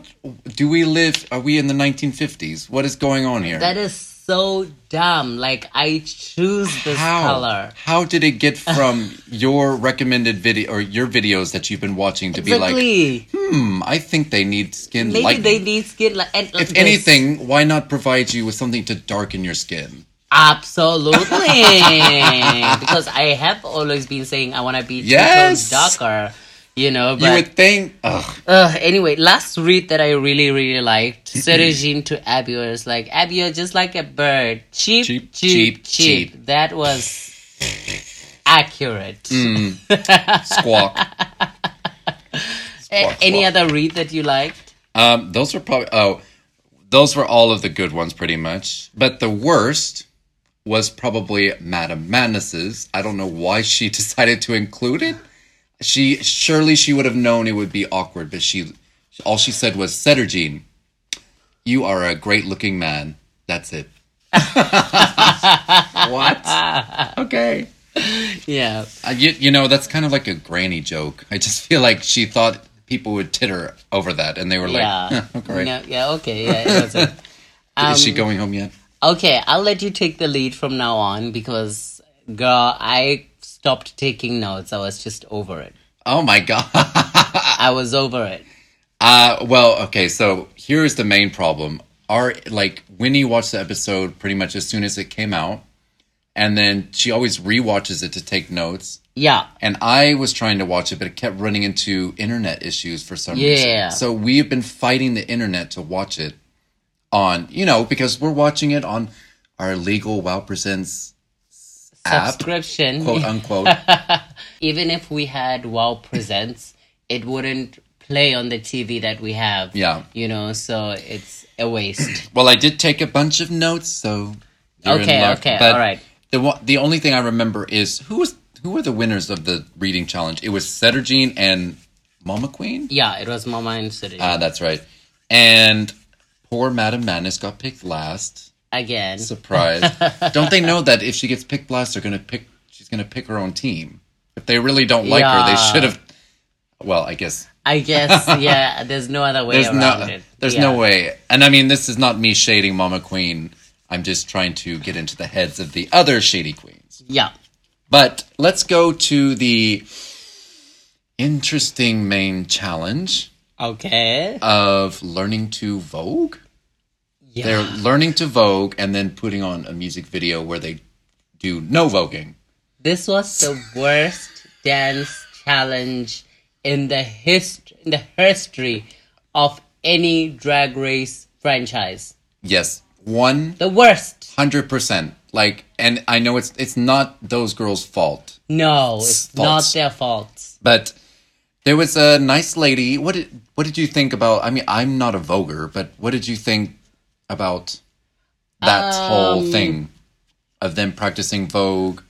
Speaker 2: do we live? Are we in the 1950s? What is going on here?
Speaker 1: That is so dumb. Like I choose this
Speaker 2: how?
Speaker 1: color.
Speaker 2: How did it get from your recommended video or your videos that you've been watching to be like,
Speaker 1: Exactly.
Speaker 2: hmm, I think they need skin
Speaker 1: Maybe
Speaker 2: lightening?
Speaker 1: they need skin like and
Speaker 2: If anything, why not provide you with something to darken your skin?
Speaker 1: Absolutely. because I have always been saying I want to be two
Speaker 2: Yes.
Speaker 1: tones darker, you know.
Speaker 2: you
Speaker 1: But
Speaker 2: would think, ugh,
Speaker 1: uh, anyway, last read that I really, really liked, Sergine to Abby was like, Abby, you're just like a bird. Cheap,
Speaker 2: Cheep,
Speaker 1: cheap,
Speaker 2: cheep,
Speaker 1: cheap.
Speaker 2: cheep.
Speaker 1: That was accurate.
Speaker 2: Mm. squawk.
Speaker 1: A-
Speaker 2: Squawk,
Speaker 1: Any
Speaker 2: squawk.
Speaker 1: other read that you liked?
Speaker 2: Um, those were probably oh, those were all of the good ones, pretty much. But the worst was probably Madame Madness's. I don't know why she decided to include it. She surely she would have known it would be awkward, but she all she said was, "Settergene, you are a great-looking man." That's it. what? Okay.
Speaker 1: Yeah.
Speaker 2: Uh, you, you know, that's kind of like a granny joke. I just feel like she thought people would titter over that, and they were like,
Speaker 1: Yeah.
Speaker 2: "Huh, "Okay,
Speaker 1: No, yeah, okay. Yeah, it was it.
Speaker 2: is she going home yet?"
Speaker 1: Okay, I'll let you take the lead from now on because, girl, I stopped taking notes. I was just over it.
Speaker 2: Oh my god.
Speaker 1: I was over it.
Speaker 2: Uh, well, okay. So here is the main problem. Our like Winnie watched the episode pretty much as soon as it came out, and then she always rewatches it to take notes.
Speaker 1: Yeah.
Speaker 2: And I was trying to watch it, but it kept running into internet issues for some
Speaker 1: Yeah.
Speaker 2: reason. So we have been fighting the internet to watch it on, you know, because we're watching it on our legal Wow Presents app,
Speaker 1: Subscription.
Speaker 2: quote unquote.
Speaker 1: Even if we had Wow Presents, it wouldn't play on the TV that we have.
Speaker 2: Yeah.
Speaker 1: You know, so it's a waste.
Speaker 2: Well, I did take a bunch of notes, so you're in
Speaker 1: Okay,
Speaker 2: luck.
Speaker 1: okay, all right.
Speaker 2: The one- the only thing I remember is who was who were the winners of the reading challenge? It was Settergene and Mama Queen.
Speaker 1: yeah, it was
Speaker 2: Uh,
Speaker 1: Mama and Suri.
Speaker 2: Ah, that's right. And poor Madam Madness got picked last.
Speaker 1: again.
Speaker 2: Surprise! don't they know that if she gets picked last, they're gonna pick? She's gonna pick her own team. If they really don't like her, they
Speaker 1: Yeah.
Speaker 2: should have. Well, I guess
Speaker 1: I guess, yeah, there's no other way
Speaker 2: there's
Speaker 1: around
Speaker 2: no
Speaker 1: it.
Speaker 2: there's
Speaker 1: Yeah.
Speaker 2: no way. And I mean, this is not me shading Mama Queen. I'm just trying to get into the heads of the other shady queens.
Speaker 1: Yeah.
Speaker 2: But let's go to the interesting main challenge
Speaker 1: Okay.
Speaker 2: Uh, of learning to vogue.
Speaker 1: yeah.
Speaker 2: They're learning to vogue and then putting on a music video where they do no voguing.
Speaker 1: This was the worst dance challenge in the hist- in the history of any drag race franchise.
Speaker 2: Yes, one
Speaker 1: The worst.
Speaker 2: hundred percent. Like, and I know it's it's not those girls' fault,
Speaker 1: No, it's
Speaker 2: Faults.
Speaker 1: not their fault.
Speaker 2: but there was a nice lady. What did what did you think about? I mean, I'm not a voguer, but what did you think about that whole thing of them practicing vogue?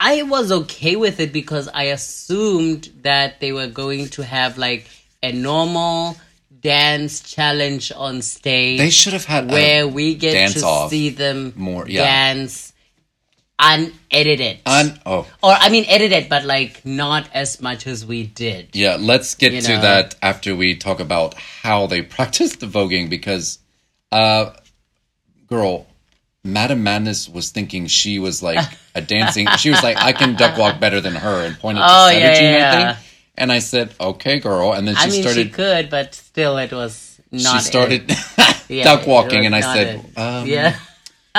Speaker 1: I was okay with it because I assumed that they were going to have like a normal dance challenge on stage.
Speaker 2: They should have had a-
Speaker 1: where we get
Speaker 2: dance
Speaker 1: to
Speaker 2: off
Speaker 1: see them
Speaker 2: more, yeah.
Speaker 1: dance unedited.
Speaker 2: un- oh
Speaker 1: or I mean edited, but like not as much as we did.
Speaker 2: Yeah, let's get
Speaker 1: You
Speaker 2: to
Speaker 1: know?
Speaker 2: that after we talk about how they practice the voguing because uh girl, Madam Madness was thinking she was like a dancing she was like, I can duck walk better than her and pointed
Speaker 1: Oh,
Speaker 2: to
Speaker 1: yeah,
Speaker 2: Savage
Speaker 1: yeah, yeah.
Speaker 2: I think. And I said, Okay girl and then she
Speaker 1: I mean,
Speaker 2: started
Speaker 1: she could, but still, it was not.
Speaker 2: she started
Speaker 1: it. Yeah,
Speaker 2: duck
Speaker 1: it
Speaker 2: walking
Speaker 1: was
Speaker 2: and I
Speaker 1: not
Speaker 2: said,
Speaker 1: it.
Speaker 2: um,
Speaker 1: "Yeah,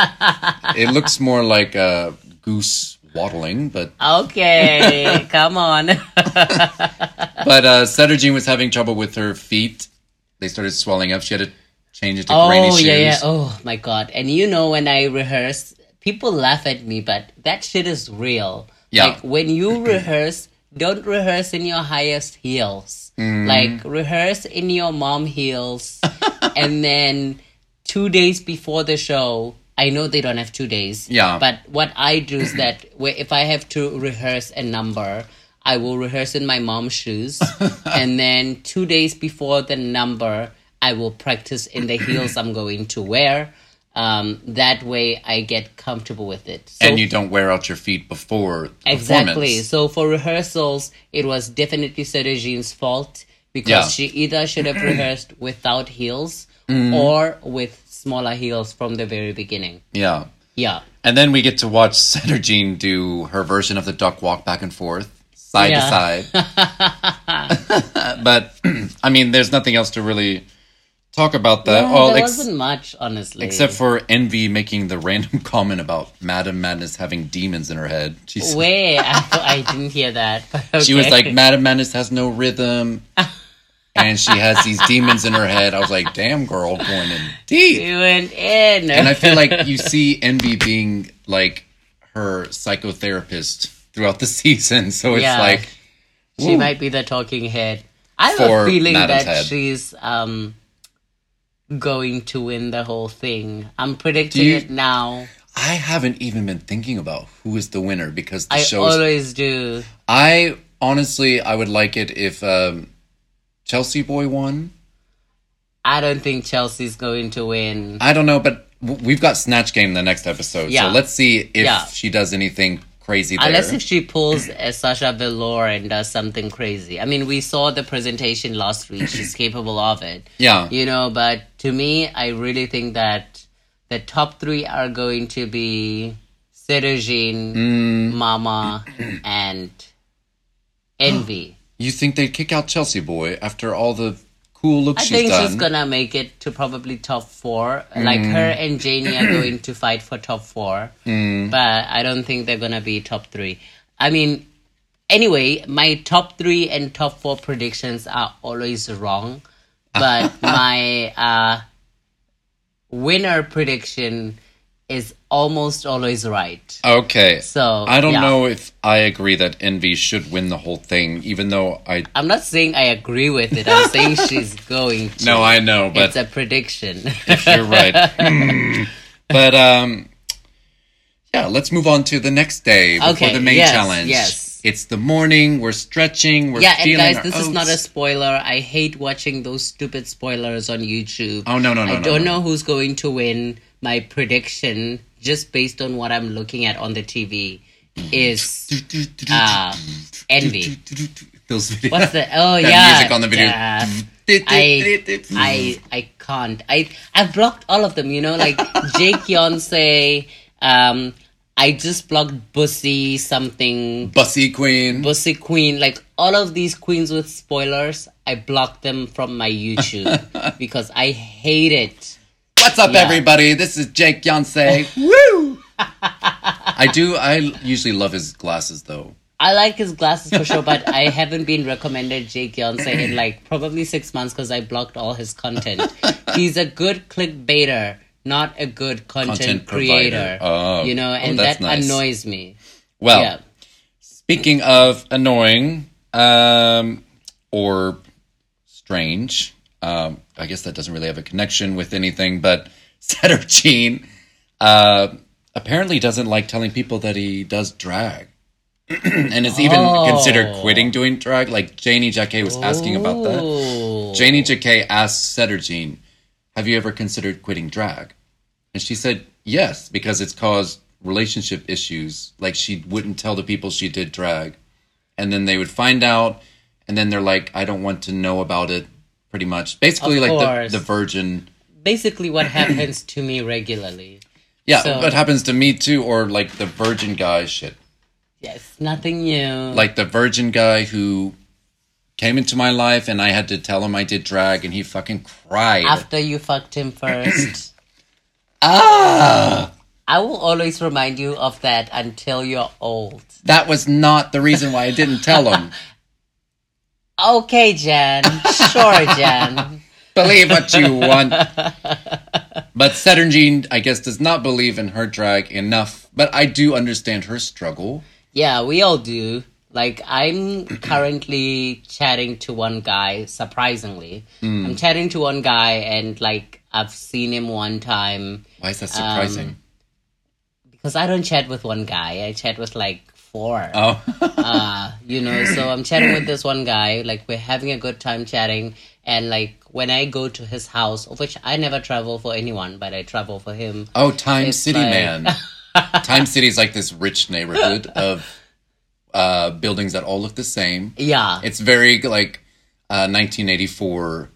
Speaker 2: it looks more like a goose waddling, but
Speaker 1: okay, come on."
Speaker 2: But uh Cettergene was having trouble with her feet. They started swelling up. She had to change it to granny
Speaker 1: oh
Speaker 2: shoes.
Speaker 1: yeah, yeah. Oh my god! And you know, when I rehearse, people laugh at me, but that shit is real.
Speaker 2: Yeah.
Speaker 1: Like when you rehearse, don't rehearse in your highest heels.
Speaker 2: Mm.
Speaker 1: Like rehearse in your mom heels, and then two days before the show. I know they don't have two days.
Speaker 2: Yeah.
Speaker 1: But what I do is that where if I have to rehearse a number, I will rehearse in my mom's shoes, and then two days before the number, I will practice in the heels I'm going to wear. Um, that way, I get comfortable with it. So
Speaker 2: and you don't wear out your feet before the
Speaker 1: exactly.
Speaker 2: performance.
Speaker 1: So for rehearsals, it was definitely Sergene's fault because
Speaker 2: Yeah.
Speaker 1: she either should have rehearsed without heels
Speaker 2: Mm-hmm.
Speaker 1: or with smaller heels from the very beginning.
Speaker 2: Yeah.
Speaker 1: Yeah.
Speaker 2: And then we get to watch Center Jean do her version of the duck walk back and forth, side
Speaker 1: Yeah.
Speaker 2: to side. but I mean, there's nothing else to really talk about that.
Speaker 1: Yeah,
Speaker 2: Well,
Speaker 1: there
Speaker 2: ex-
Speaker 1: wasn't much, honestly.
Speaker 2: except for Envy making the random comment about Madam Madness having demons in her head. She said-
Speaker 1: Wait, I, I didn't hear that. but
Speaker 2: She was
Speaker 1: okay.
Speaker 2: like, Madam Madness has no rhythm. and she has these demons in her head. I was like, damn, girl, going in deep.
Speaker 1: You went in.
Speaker 2: And I feel like you see Envy being like her psychotherapist throughout the season. So it's
Speaker 1: Yeah.
Speaker 2: like,
Speaker 1: she
Speaker 2: Ooh.
Speaker 1: might be the talking head. I have
Speaker 2: For
Speaker 1: a feeling
Speaker 2: Madam's
Speaker 1: that
Speaker 2: head.
Speaker 1: she's um going to win the whole thing. I'm predicting
Speaker 2: Do you-
Speaker 1: it now.
Speaker 2: I haven't even been thinking about who is the winner because the
Speaker 1: I
Speaker 2: show's.
Speaker 1: always do.
Speaker 2: I honestly, I would like it if um, Chelsea Boy won.
Speaker 1: I don't think Chelsea's going to win.
Speaker 2: I don't know, but w- we've got Snatch Game the next episode.
Speaker 1: Yeah.
Speaker 2: So let's see if
Speaker 1: Yeah. Uh,
Speaker 2: she does anything crazy there.
Speaker 1: Unless if she pulls a Sasha Velour and does something crazy. I mean, we saw the presentation last week. She's capable of it.
Speaker 2: yeah.
Speaker 1: you know but to me i really think that the top three are going to be Sergine, mama and envy
Speaker 2: You think they'd kick out Chelsea Boy after all the cool looks
Speaker 1: i
Speaker 2: she's
Speaker 1: think
Speaker 2: done? Mm.
Speaker 1: she's gonna make it to probably top four like her and janie are going to fight for top four
Speaker 2: Mm.
Speaker 1: but i don't think they're gonna be top three i mean anyway my top three and top four predictions are always wrong but my uh winner prediction is almost always right.
Speaker 2: Okay.
Speaker 1: So,
Speaker 2: I don't
Speaker 1: yeah.
Speaker 2: know if I agree that Envy should win the whole thing, even though I.
Speaker 1: I'm not saying I agree with it. I'm saying she's going to.
Speaker 2: No, I know,
Speaker 1: it's
Speaker 2: but
Speaker 1: a prediction.
Speaker 2: you're right. Hmm. but um, yeah, let's move on to the next day before
Speaker 1: Okay,
Speaker 2: the main
Speaker 1: yes,
Speaker 2: challenge.
Speaker 1: yes.
Speaker 2: It's the morning. We're stretching. We're
Speaker 1: yeah, and
Speaker 2: feeling
Speaker 1: guys,
Speaker 2: our
Speaker 1: this is not a
Speaker 2: oats.
Speaker 1: spoiler. I hate watching those stupid spoilers on YouTube.
Speaker 2: Oh no no no!
Speaker 1: I
Speaker 2: no,
Speaker 1: don't
Speaker 2: no.
Speaker 1: know who's going to win. my prediction, just based on what I'm looking at on the TV, is uh, envy.
Speaker 2: Those videos.
Speaker 1: What's the oh
Speaker 2: that
Speaker 1: yeah
Speaker 2: music on the video.
Speaker 1: yeah. I I I can't. I I've blocked all of them. You know, like Jake Yonsei. Um, I just blocked Bussy something,
Speaker 2: Bussy Queen.
Speaker 1: Bussy Queen. Like all of these queens with spoilers, I blocked them from my YouTube because I hate it.
Speaker 2: What's up,
Speaker 1: Yeah.
Speaker 2: everybody? This is Jake Yonsei. Woo! I do. I usually love his glasses, though.
Speaker 1: I like his glasses for sure, but I haven't been recommended Jake Yonsei in like probably six months because I blocked all his content. He's a good clickbaiter, not a good content,
Speaker 2: Content provider.
Speaker 1: creator.
Speaker 2: Oh.
Speaker 1: you know,
Speaker 2: Oh,
Speaker 1: and
Speaker 2: that's
Speaker 1: that
Speaker 2: nice. Oh,
Speaker 1: annoys me.
Speaker 2: Well,
Speaker 1: yeah.
Speaker 2: speaking of annoying um, or strange, um, I guess that doesn't really have a connection with anything, but Satterjean uh, apparently doesn't like telling people that he does drag. and it's even
Speaker 1: Oh.
Speaker 2: considered quitting doing drag. Like Janie Jacquet was asking about that.
Speaker 1: Ooh.
Speaker 2: Janie Jacquet asked Setterjean, Have you ever considered quitting drag? And she said, Yes, because it's caused relationship issues. Like she wouldn't tell the people she did drag. And then they would find out, and then they're like, I don't want to know about it, pretty much. Basically,
Speaker 1: Of
Speaker 2: like
Speaker 1: course.
Speaker 2: the, the virgin.
Speaker 1: Basically, what happens to me regularly.
Speaker 2: Yeah,
Speaker 1: So-
Speaker 2: what happens to me too, or like the virgin guy shit.
Speaker 1: Yes, nothing new.
Speaker 2: Like the virgin guy who came into my life and I had to tell him I did drag, and he fucking cried.
Speaker 1: After you fucked him first. ah! I will always remind you of that until you're old.
Speaker 2: that was not the reason why I didn't tell him.
Speaker 1: Okay, Jan. Sure, Jan.
Speaker 2: believe what you want. But Saturn Jean, I guess, does not believe in her drag enough. But I do understand her struggle.
Speaker 1: Yeah, we all do. Like, I'm currently chatting to one guy, surprisingly. I'm chatting to one guy, and like, I've seen him one time
Speaker 2: Why is that surprising?
Speaker 1: Um, because I don't chat with one guy, I chat with like four.
Speaker 2: oh,
Speaker 1: uh, you know, so I'm chatting with this one guy, like we're having a good time chatting, and like when I go to his house, of which I never travel for anyone, but I travel for him.
Speaker 2: oh, Time
Speaker 1: It's
Speaker 2: City,
Speaker 1: like-
Speaker 2: man. Time City is like this rich neighborhood of uh, buildings that all look the same.
Speaker 1: Yeah,
Speaker 2: It's very like uh, 1984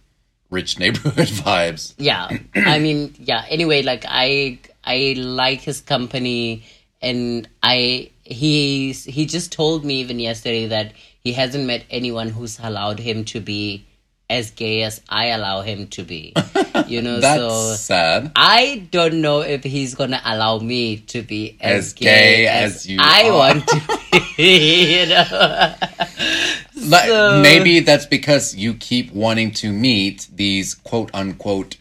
Speaker 2: rich neighborhood vibes.
Speaker 1: yeah. I mean, yeah. Anyway, like I, I like his company, and I he's he just told me even yesterday that he hasn't met anyone who's allowed him to be as gay as I allow him to be. You know,
Speaker 2: That's
Speaker 1: so
Speaker 2: sad.
Speaker 1: I don't know if he's gonna allow me to be as,
Speaker 2: As gay as you
Speaker 1: I
Speaker 2: are.
Speaker 1: want to be. You know?
Speaker 2: But
Speaker 1: So-
Speaker 2: maybe that's because you keep wanting to meet these quote unquote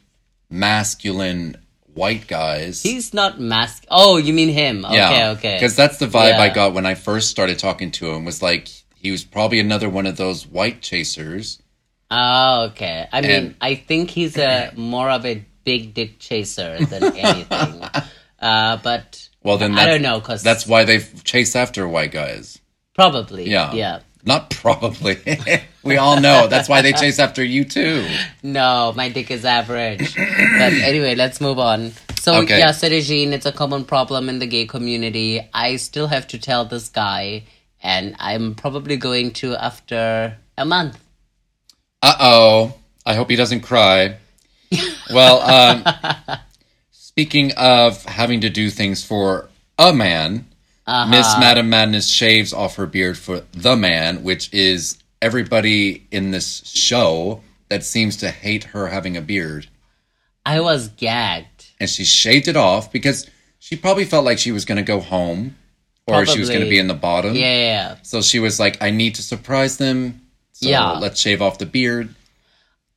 Speaker 2: masculine white guys.
Speaker 1: He's not mask. Oh, you mean him? Okay, okay.
Speaker 2: Because that's the vibe I
Speaker 1: Yeah.
Speaker 2: got when I first started talking to him was like he was probably another one of those white chasers.
Speaker 1: oh, okay. I mean,
Speaker 2: And-
Speaker 1: I think he's a more of a big dick chaser than anything. uh, but
Speaker 2: Well, then
Speaker 1: I
Speaker 2: that's,
Speaker 1: don't know, 'cause-
Speaker 2: that's why they f- chase after white guys.
Speaker 1: probably,
Speaker 2: Yeah.
Speaker 1: yeah.
Speaker 2: Not probably. we all know that's why they chase after you too.
Speaker 1: No, my dick is average. but anyway, let's move on. So
Speaker 2: Okay.
Speaker 1: yeah, Sergine, it's a common problem in the gay community. I still have to tell this guy, and I'm probably going to after a month.
Speaker 2: Uh oh. I hope he doesn't cry. well, um, speaking of having to do things for a man,
Speaker 1: Uh-huh.
Speaker 2: Miss Madam Madness shaves off her beard for the man, which is everybody in this show that seems to hate her having a beard.
Speaker 1: I was gagged.
Speaker 2: And she shaved it off because she probably felt like she was going to go home or she was going
Speaker 1: Probably.
Speaker 2: to be in the bottom.
Speaker 1: Yeah, yeah, yeah.
Speaker 2: So she was like, I need to surprise them. So
Speaker 1: Yeah.
Speaker 2: let's shave off the beard.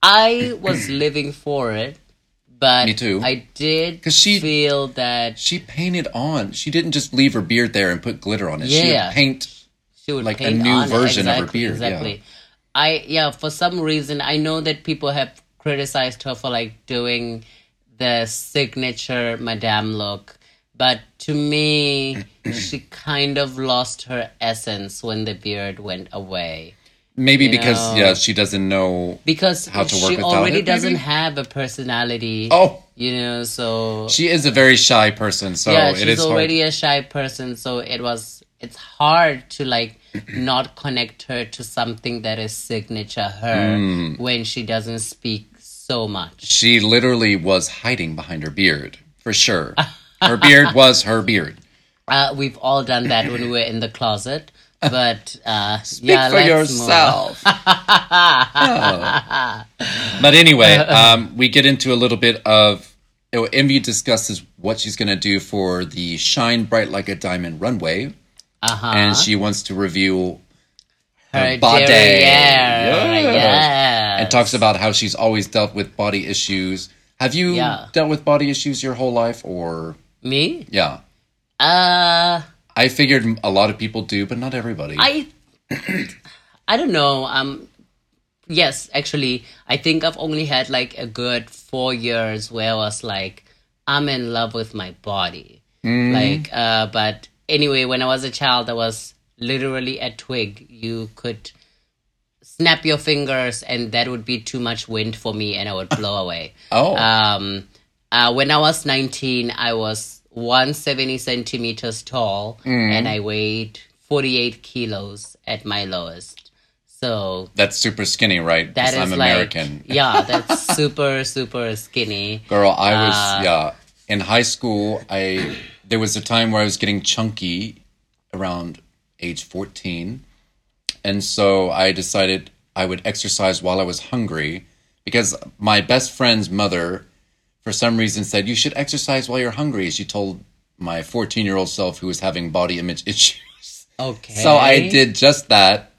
Speaker 1: I was living for it, but
Speaker 2: Me too.
Speaker 1: I did
Speaker 2: 'Cause she-
Speaker 1: feel that
Speaker 2: She painted on. She didn't just leave her beard there and put glitter on it. She
Speaker 1: Yeah.
Speaker 2: would paint.
Speaker 1: she would
Speaker 2: Like a
Speaker 1: paint
Speaker 2: new
Speaker 1: on it.
Speaker 2: version of her
Speaker 1: Exactly,
Speaker 2: beard, yeah.
Speaker 1: Exactly. I yeah. For some reason, I know that people have criticized her for like doing the signature Madame look, but to me, she kind of lost her essence when the beard went away.
Speaker 2: Maybe
Speaker 1: You
Speaker 2: because
Speaker 1: know.
Speaker 2: yeah, she doesn't know.
Speaker 1: because
Speaker 2: How to work
Speaker 1: she
Speaker 2: without
Speaker 1: already
Speaker 2: it,
Speaker 1: doesn't
Speaker 2: maybe?
Speaker 1: have a personality.
Speaker 2: Oh,
Speaker 1: you know, so
Speaker 2: she is a very shy person, so
Speaker 1: yeah,
Speaker 2: it is
Speaker 1: she's
Speaker 2: hard.
Speaker 1: already a shy person, so it was it's hard to like not connect her to something that is signature her
Speaker 2: Hmm.
Speaker 1: when she doesn't speak so much.
Speaker 2: She literally was hiding behind her beard for sure. Her beard was her beard.
Speaker 1: Uh, we've all done that when we were in the closet, but uh, yeah,
Speaker 2: Speak for
Speaker 1: let's
Speaker 2: yourself. Oh. But anyway, um, we get into a little bit of you know, Envy discusses what she's going to do for the Shine Bright Like a Diamond runway,
Speaker 1: Move. Uh-huh.
Speaker 2: and she wants to review
Speaker 1: her
Speaker 2: body.
Speaker 1: derriere,
Speaker 2: Yes.
Speaker 1: yes.
Speaker 2: and talks about how she's always dealt with body issues. Have you
Speaker 1: Yeah.
Speaker 2: dealt with body issues your whole life, or
Speaker 1: me.
Speaker 2: yeah?
Speaker 1: Uh,
Speaker 2: I figured a lot of people do, but not everybody.
Speaker 1: I I don't know. Um yes, actually, I think I've only had like a good 4 years where I was like I'm in love with my body. Like uh but anyway, when I was a child, I was literally a twig. You could snap your fingers and that would be too much wind for me and I would blow away.
Speaker 2: oh,
Speaker 1: Um, uh, when I was 19, I was 170 centimeters tall
Speaker 2: Mm.
Speaker 1: and I weighed 48 kilos at my lowest. So
Speaker 2: that's super skinny, right?
Speaker 1: that
Speaker 2: Because
Speaker 1: is
Speaker 2: I'm
Speaker 1: like,
Speaker 2: American.
Speaker 1: yeah, that's super, super skinny.
Speaker 2: Girl, I was yeah. In high school, I there was a time where I was getting chunky around age 14. And so I decided I would exercise while I was hungry because my best friend's mother for some reason said you should exercise while you're hungry. She told my 14-year-old self who was having body image issues.
Speaker 1: Okay.
Speaker 2: So I did just that.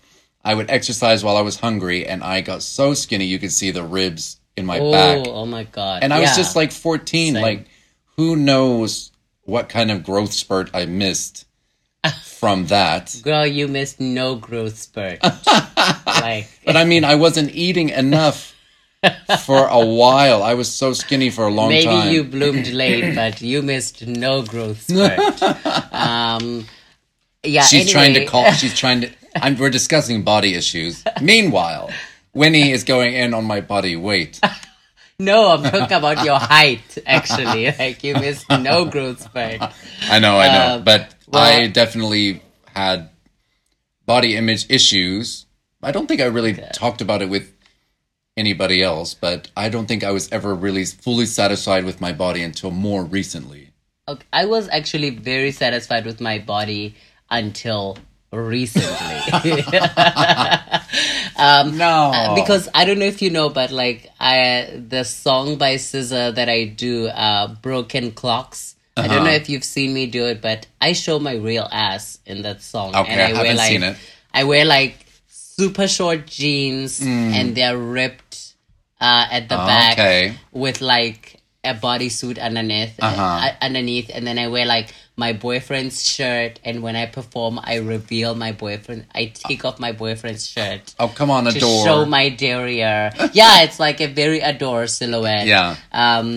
Speaker 2: I would exercise while I was hungry and I got so skinny you could see the ribs in my
Speaker 1: Oh,
Speaker 2: back.
Speaker 1: oh my God.
Speaker 2: And I was
Speaker 1: Yeah.
Speaker 2: just like 14. Like, who knows what kind of growth spurt I missed from that.
Speaker 1: girl, you missed no growth spurt. like,
Speaker 2: But I mean, I wasn't eating enough for a while. I was so skinny for a long
Speaker 1: Maybe
Speaker 2: time.
Speaker 1: you bloomed late, but you missed no growth spurt. um, yeah,
Speaker 2: she's trying to
Speaker 1: anyway.
Speaker 2: call, she's trying to, I'm, we're discussing body issues. Meanwhile, Winnie is going in on my body weight.
Speaker 1: No, I'm talking about your height, actually. Like, you missed no growth spurt.
Speaker 2: I know, I know.
Speaker 1: Uh,
Speaker 2: but
Speaker 1: well-
Speaker 2: I definitely had body image issues. I don't think I really talked about it with anybody else, but I don't think I was ever really fully satisfied with my body until more recently.
Speaker 1: Okay, I was actually very satisfied with my body until recently.
Speaker 2: No.
Speaker 1: Um, uh, because I don't know if you know, but like, I the song by SZA that I do, uh, Broken Clocks. I don't
Speaker 2: Uh-huh.
Speaker 1: know if you've seen me do it, but I show my real ass in that song.
Speaker 2: Okay, I haven't
Speaker 1: like,
Speaker 2: seen it.
Speaker 1: I wear like super short jeans
Speaker 2: Mm.
Speaker 1: and they're ripped uh, at the back
Speaker 2: Okay.
Speaker 1: with like a bodysuit underneath
Speaker 2: Uh-huh.
Speaker 1: uh, underneath and then I wear like my boyfriend's shirt and when I perform I reveal my boyfriend I take off my boyfriend's shirt
Speaker 2: oh, come on,
Speaker 1: to
Speaker 2: adore.
Speaker 1: show my derriere. yeah, it's like a very adore silhouette.
Speaker 2: Yeah.
Speaker 1: Um,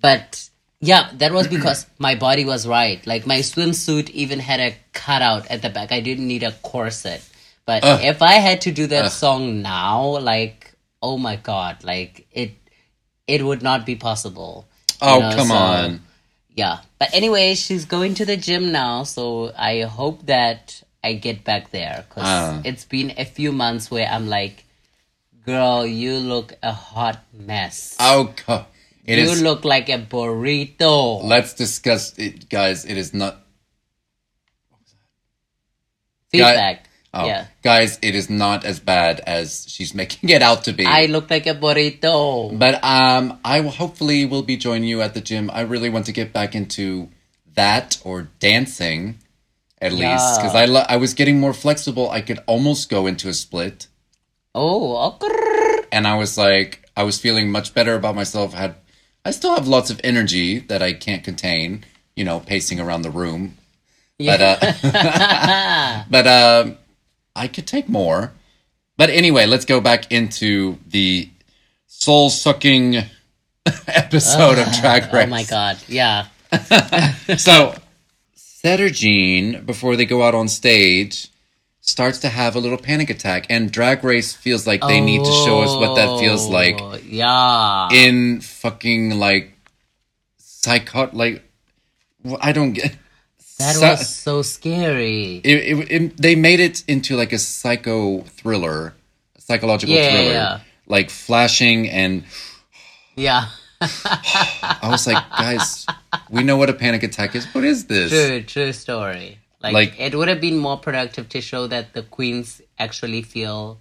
Speaker 1: but yeah, that was because my body was right. Like my swimsuit even had a cutout at the back. I didn't need a corset. But if I had to do that song now, like oh my god, like it, it would not be possible. you
Speaker 2: oh,
Speaker 1: know,
Speaker 2: come
Speaker 1: so-
Speaker 2: on.
Speaker 1: Yeah. But anyway, she's going to the gym now, so I hope that I get back there because
Speaker 2: Ah.
Speaker 1: it's been a few months where I'm like, girl, you look a hot mess.
Speaker 2: Oh, co- it
Speaker 1: you
Speaker 2: is-
Speaker 1: look like a burrito.
Speaker 2: Let's discuss it, guys. It is not.
Speaker 1: Feedback.
Speaker 2: Oh,
Speaker 1: Yeah.
Speaker 2: Guys, it is not as bad as she's making it out to be.
Speaker 1: I look like a burrito.
Speaker 2: But um, I will hopefully will be joining you at the gym. I really want to get back into that or dancing, at least because I lo- I was getting more flexible. I could almost go into a split,
Speaker 1: Oh, okay.
Speaker 2: and I was like, I was feeling much better about myself. I had I still have lots of energy that I can't contain. You know, pacing around the room, but uh, but um, I could take more. But anyway, let's go back into the soul sucking episode of Drag Race.
Speaker 1: Oh my god. Yeah.
Speaker 2: So, Setter Jean, before they go out on stage, starts to have a little panic attack. And Drag Race feels like they need to show us what that feels like
Speaker 1: Oh, Yeah.
Speaker 2: in fucking like psychot like wh- I don't get
Speaker 1: that
Speaker 2: Psy-
Speaker 1: was so scary.
Speaker 2: it, it, it- they made it into like a psycho thriller, psychological
Speaker 1: Yeah,
Speaker 2: thriller,
Speaker 1: yeah.
Speaker 2: like flashing and
Speaker 1: yeah.
Speaker 2: I was like, guys, we know what a panic attack is. What is this?
Speaker 1: True, true story. Like,
Speaker 2: Like-
Speaker 1: it would have been more productive to show that the queens actually feel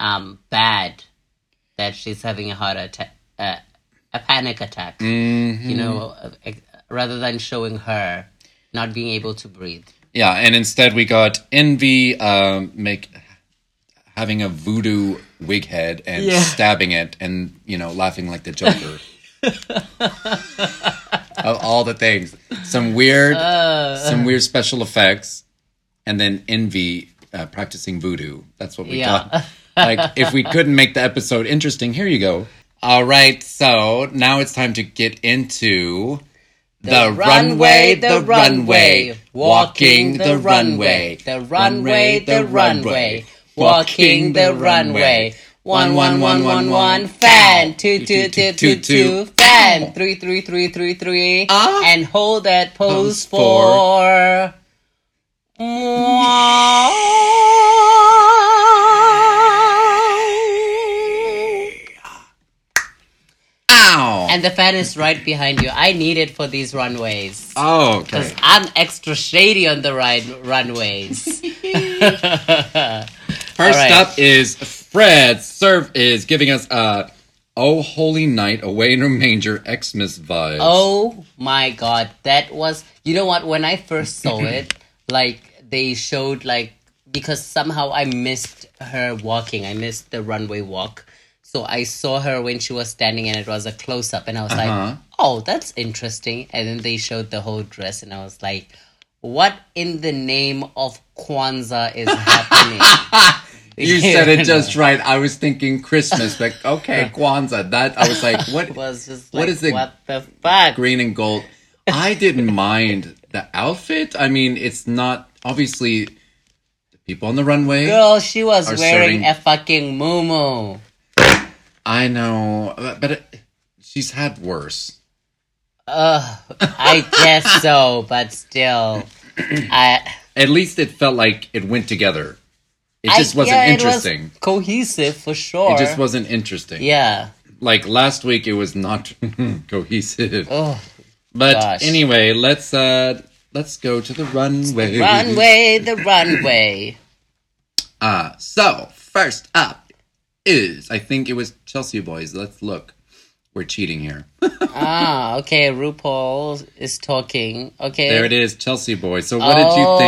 Speaker 1: um bad that she's having a heart attack, uh, a panic attack. You
Speaker 2: Mm-hmm.
Speaker 1: know, ex- rather than showing her not being able to breathe.
Speaker 2: Yeah, and instead we got envy um, make having a voodoo wig head and
Speaker 1: Yeah.
Speaker 2: stabbing it, and you know laughing like the Joker. of all the things, some weird,
Speaker 1: Uh.
Speaker 2: some weird special effects, and then envy uh, practicing voodoo. That's what we
Speaker 1: Yeah.
Speaker 2: got. Like if we couldn't make the episode interesting, here you go. All right, so now it's time to get into the runway, the runway, walking the runway,
Speaker 1: the runway, the runway, walking the runway. One one one one one fan two two two two two fan three three three three three
Speaker 2: Ah.
Speaker 1: and hold that pose
Speaker 2: Pose
Speaker 1: for.
Speaker 2: for- Ow!
Speaker 1: And the fan is right behind you. I need it for these runways.
Speaker 2: oh,
Speaker 1: Because
Speaker 2: okay.
Speaker 1: I'm extra shady on the run- runways.
Speaker 2: First
Speaker 1: right.
Speaker 2: up is Fred. Surf is giving us a Oh Holy Night Away in a Manger Xmas vibes.
Speaker 1: Oh my god, that was you know what? When I first saw it, like they showed like because somehow I missed her walking. I missed the runway walk. So I saw her when she was standing and it was a close up and I was
Speaker 2: Uh-huh.
Speaker 1: like, Oh, that's interesting. And then they showed the whole dress and I was like, What in the name of Kwanzaa is happening?
Speaker 2: You said it just right. I was thinking Christmas, but okay, Kwanzaa. That I was like, what?
Speaker 1: It was just like
Speaker 2: What
Speaker 1: what,
Speaker 2: is the
Speaker 1: the fuck?
Speaker 2: green and gold. I didn't mind the outfit. I mean, it's not obviously the people on the runway.
Speaker 1: Girl, she was
Speaker 2: Are
Speaker 1: wearing
Speaker 2: serving-
Speaker 1: a fucking muumuu.
Speaker 2: I know, but, but it, she's had worse.
Speaker 1: Ugh, I guess so, but still, I.
Speaker 2: At least it felt like it went together. It
Speaker 1: I-
Speaker 2: just wasn't
Speaker 1: yeah, it was
Speaker 2: interesting. It,
Speaker 1: cohesive for sure.
Speaker 2: just wasn't interesting.
Speaker 1: Yeah.
Speaker 2: Like last week, it was not cohesive.
Speaker 1: Ugh.
Speaker 2: but
Speaker 1: Oh, gosh.
Speaker 2: anyway, let's uh let's go to the runway.
Speaker 1: Runway, the runway.
Speaker 2: Uh, so first up is I think it was Chelsea Boys. Let's look. We're cheating here.
Speaker 1: Ah, okay. RuPaul is talking. Okay.
Speaker 2: There it is, Chelsea Boys. So what did
Speaker 1: Oh.
Speaker 2: you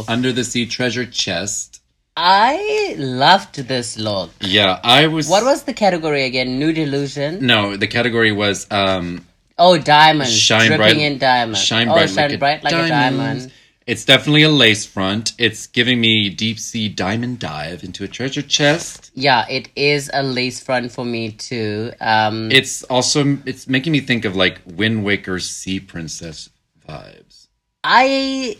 Speaker 2: think? Under the Sea Treasure Chest.
Speaker 1: I loved this look.
Speaker 2: Yeah, I was.
Speaker 1: What was the category again? New delusion.
Speaker 2: No, the category was um,
Speaker 1: Oh, diamonds.
Speaker 2: Shine
Speaker 1: dripping
Speaker 2: bright-
Speaker 1: in diamonds.
Speaker 2: shine
Speaker 1: oh,
Speaker 2: bright,
Speaker 1: shine
Speaker 2: like,
Speaker 1: bright
Speaker 2: a,
Speaker 1: like
Speaker 2: diamond.
Speaker 1: a diamond.
Speaker 2: It's definitely a lace front. It's giving me deep sea diamond dive into a treasure chest.
Speaker 1: Yeah, it is a lace front for me too. Um,
Speaker 2: It's also it's making me think of like Wind Waker sea princess vibes.
Speaker 1: I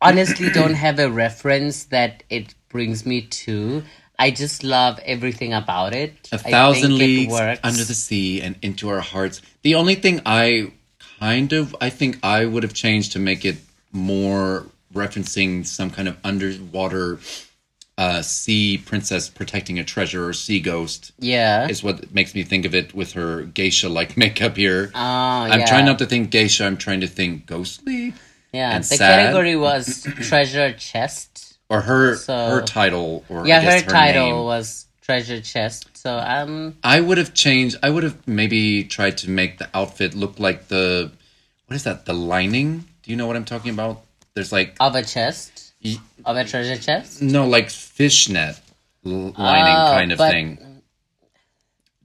Speaker 1: honestly don't have a reference that it brings me to. I just love everything about it.
Speaker 2: A thousand
Speaker 1: I think
Speaker 2: leagues
Speaker 1: it works.
Speaker 2: under the sea and into our hearts. The only thing I kind of I think I would have changed to make it more referencing some kind of underwater uh, sea princess protecting a treasure or sea ghost
Speaker 1: yeah.
Speaker 2: is what makes me think of it with her geisha like makeup here.
Speaker 1: oh,
Speaker 2: I'm
Speaker 1: yeah.
Speaker 2: trying not to think geisha. I'm trying to think ghostly
Speaker 1: Yeah,
Speaker 2: and
Speaker 1: the
Speaker 2: sad.
Speaker 1: category was treasure chest.
Speaker 2: or her
Speaker 1: So-
Speaker 2: her title or
Speaker 1: Yeah,
Speaker 2: I guess
Speaker 1: her, title
Speaker 2: name.
Speaker 1: was treasure chest. So um,
Speaker 2: I would have changed. I would have maybe tried to make the outfit look like the what is that? The lining. Do you know what I'm talking about? There's like
Speaker 1: of a chest,
Speaker 2: y-
Speaker 1: of a treasure chest.
Speaker 2: no like fishnet l- lining
Speaker 1: Oh,
Speaker 2: kind of
Speaker 1: but-
Speaker 2: thing.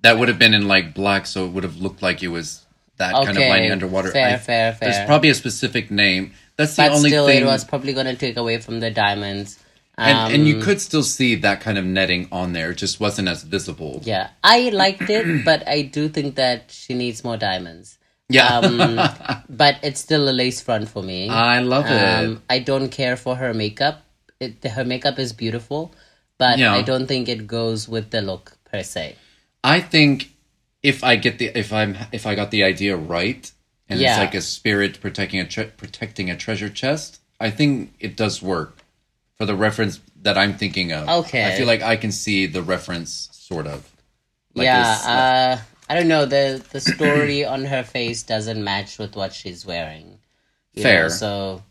Speaker 2: That would have been in like black, so it would have looked like it was that kind of
Speaker 1: Okay,
Speaker 2: lining underwater.
Speaker 1: fair, fair, fair.
Speaker 2: There's probably a specific name. That's the
Speaker 1: But
Speaker 2: only
Speaker 1: still,
Speaker 2: thing.
Speaker 1: it was probably gonna take away from the diamonds. Um,
Speaker 2: and, and you could still see that kind of netting on there. It just wasn't as visible.
Speaker 1: Yeah, I liked it, but I do think that she needs more diamonds.
Speaker 2: Yeah.
Speaker 1: um, But it's still a lace front for me.
Speaker 2: Ah, I love it.
Speaker 1: Um, I don't care for her makeup it, her makeup is beautiful, but
Speaker 2: Yeah.
Speaker 1: I don't think it goes with the look per se.
Speaker 2: I think if I get the if I'm if I got the idea right, and
Speaker 1: Yeah.
Speaker 2: it's like a spirit protecting a tre- protecting a treasure chest, I think it does work for the reference that I'm thinking of.
Speaker 1: Okay.
Speaker 2: I feel like I can see the reference sort of. Like this-
Speaker 1: yeah, uh, I don't know. the The story on her face doesn't match with what she's wearing. you know,
Speaker 2: Fair.
Speaker 1: so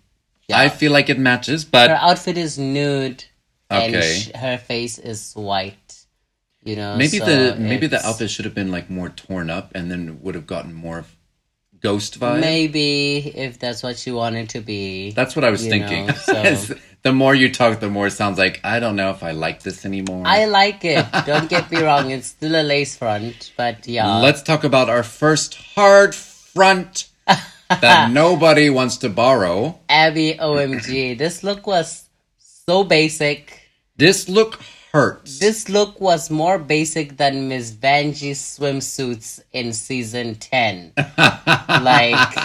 Speaker 2: I feel like it matches, but
Speaker 1: her outfit is nude, and
Speaker 2: Okay.
Speaker 1: sh- her face is white. You know,
Speaker 2: maybe
Speaker 1: so
Speaker 2: the maybe the
Speaker 1: uh, it's-
Speaker 2: outfit should have been like more torn up, and then would have gotten more ghost vibe.
Speaker 1: maybe if that's what she wanted to be.
Speaker 2: That's what I was
Speaker 1: You
Speaker 2: thinking.
Speaker 1: know, so-
Speaker 2: the more you talk, the more it sounds like I don't know if I like this anymore.
Speaker 1: I like it. Don't get me wrong; it's still a lace front, but yeah,
Speaker 2: Let's talk about our first hard front that nobody wants to borrow.
Speaker 1: Abby, OMG, this look was so basic.
Speaker 2: This look hurts.
Speaker 1: This look was more basic than Miss Vanjie's swimsuits in season 10. like,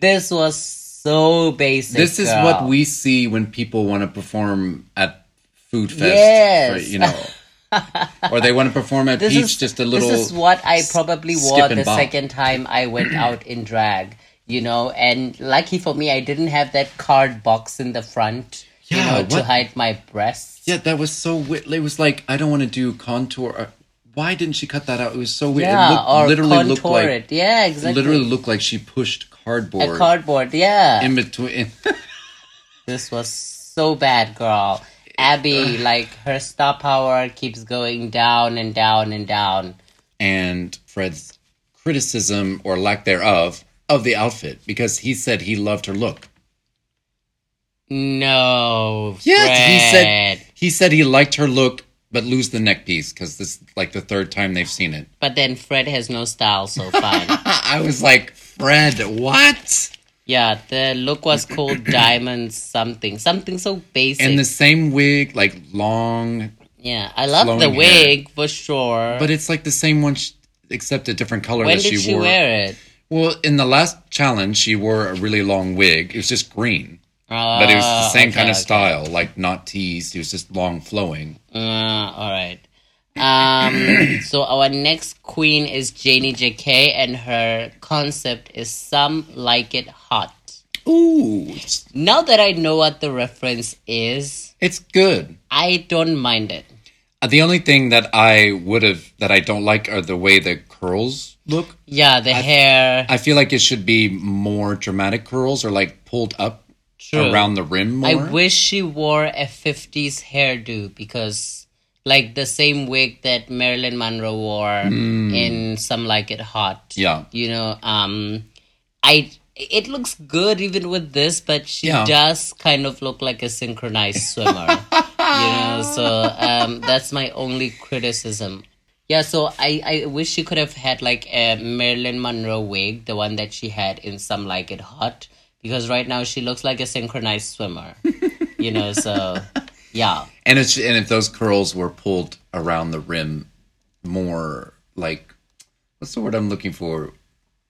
Speaker 1: this was so basic.
Speaker 2: This is
Speaker 1: girl.
Speaker 2: what we see when people want to perform at Food Fest.
Speaker 1: Yes.
Speaker 2: right, you know. or they want to perform at
Speaker 1: This
Speaker 2: Peach
Speaker 1: is-
Speaker 2: just a little.
Speaker 1: This is what I probably wore
Speaker 2: skip and
Speaker 1: the
Speaker 2: bop.
Speaker 1: second time I went out in drag, you know. And lucky for me, I didn't have that card box in the front, you
Speaker 2: Yeah,
Speaker 1: know, to
Speaker 2: what-
Speaker 1: hide my breasts.
Speaker 2: yeah, that was so weird. It was like, I don't want to do contour. Uh, Why didn't she cut that out? It was so weird.
Speaker 1: Yeah,
Speaker 2: it looked,
Speaker 1: or
Speaker 2: literally
Speaker 1: contour
Speaker 2: looked like
Speaker 1: it. Yeah, exactly.
Speaker 2: literally looked like she pushed cardboard
Speaker 1: a cardboard. Yeah,
Speaker 2: in between.
Speaker 1: This was so bad, girl. Abby, like her star power keeps going down and down and down.
Speaker 2: and Fred's criticism or lack thereof of the outfit because he said he loved her look.
Speaker 1: No,
Speaker 2: he
Speaker 1: Fred.
Speaker 2: said he said he liked her look, but lose the neck piece because this is like the third time they've seen it.
Speaker 1: But then Fred has no style, so fine.
Speaker 2: I was like, Fred, what?
Speaker 1: yeah, the look was called Diamond Something, something so basic.
Speaker 2: And the same wig, like long,
Speaker 1: yeah, I love the
Speaker 2: flowing
Speaker 1: wig for sure.
Speaker 2: but it's like the same one, sh except a different color
Speaker 1: when
Speaker 2: that
Speaker 1: did
Speaker 2: she,
Speaker 1: she
Speaker 2: wore.
Speaker 1: wear it?
Speaker 2: Well, in the last challenge, she wore a really long wig. It was just green, but it was the
Speaker 1: Ah,
Speaker 2: same
Speaker 1: okay,
Speaker 2: kind of
Speaker 1: okay.
Speaker 2: style, like not teased. It was just long, flowing.
Speaker 1: Uh, all right. Um, so our next queen is Janie JK, and her concept is some like it hot.
Speaker 2: Ooh, it's,
Speaker 1: Now that I know what the reference is,
Speaker 2: it's good.
Speaker 1: I don't mind it.
Speaker 2: Uh, The only thing that I would have that I don't like are the way the curls look.
Speaker 1: Yeah, the hair.
Speaker 2: I feel like it should be more dramatic curls or like pulled up
Speaker 1: True.
Speaker 2: around the rim more.
Speaker 1: I wish she wore a 50s hairdo because, like, the same wig that Marilyn Monroe wore in Some Like It Hot.
Speaker 2: Hmm. Yeah.
Speaker 1: You know, um, I. It looks good even with this, but she
Speaker 2: Yeah.
Speaker 1: does kind of look like a synchronized swimmer. you know, so um, that's my only criticism. Yeah, so I, I wish she could have had like a Marilyn Monroe wig, the one that she had in Some Like It Hot, because right now she looks like a synchronized swimmer. you know, so yeah.
Speaker 2: And it's and if those curls were pulled around the rim more like what's the word I'm looking for?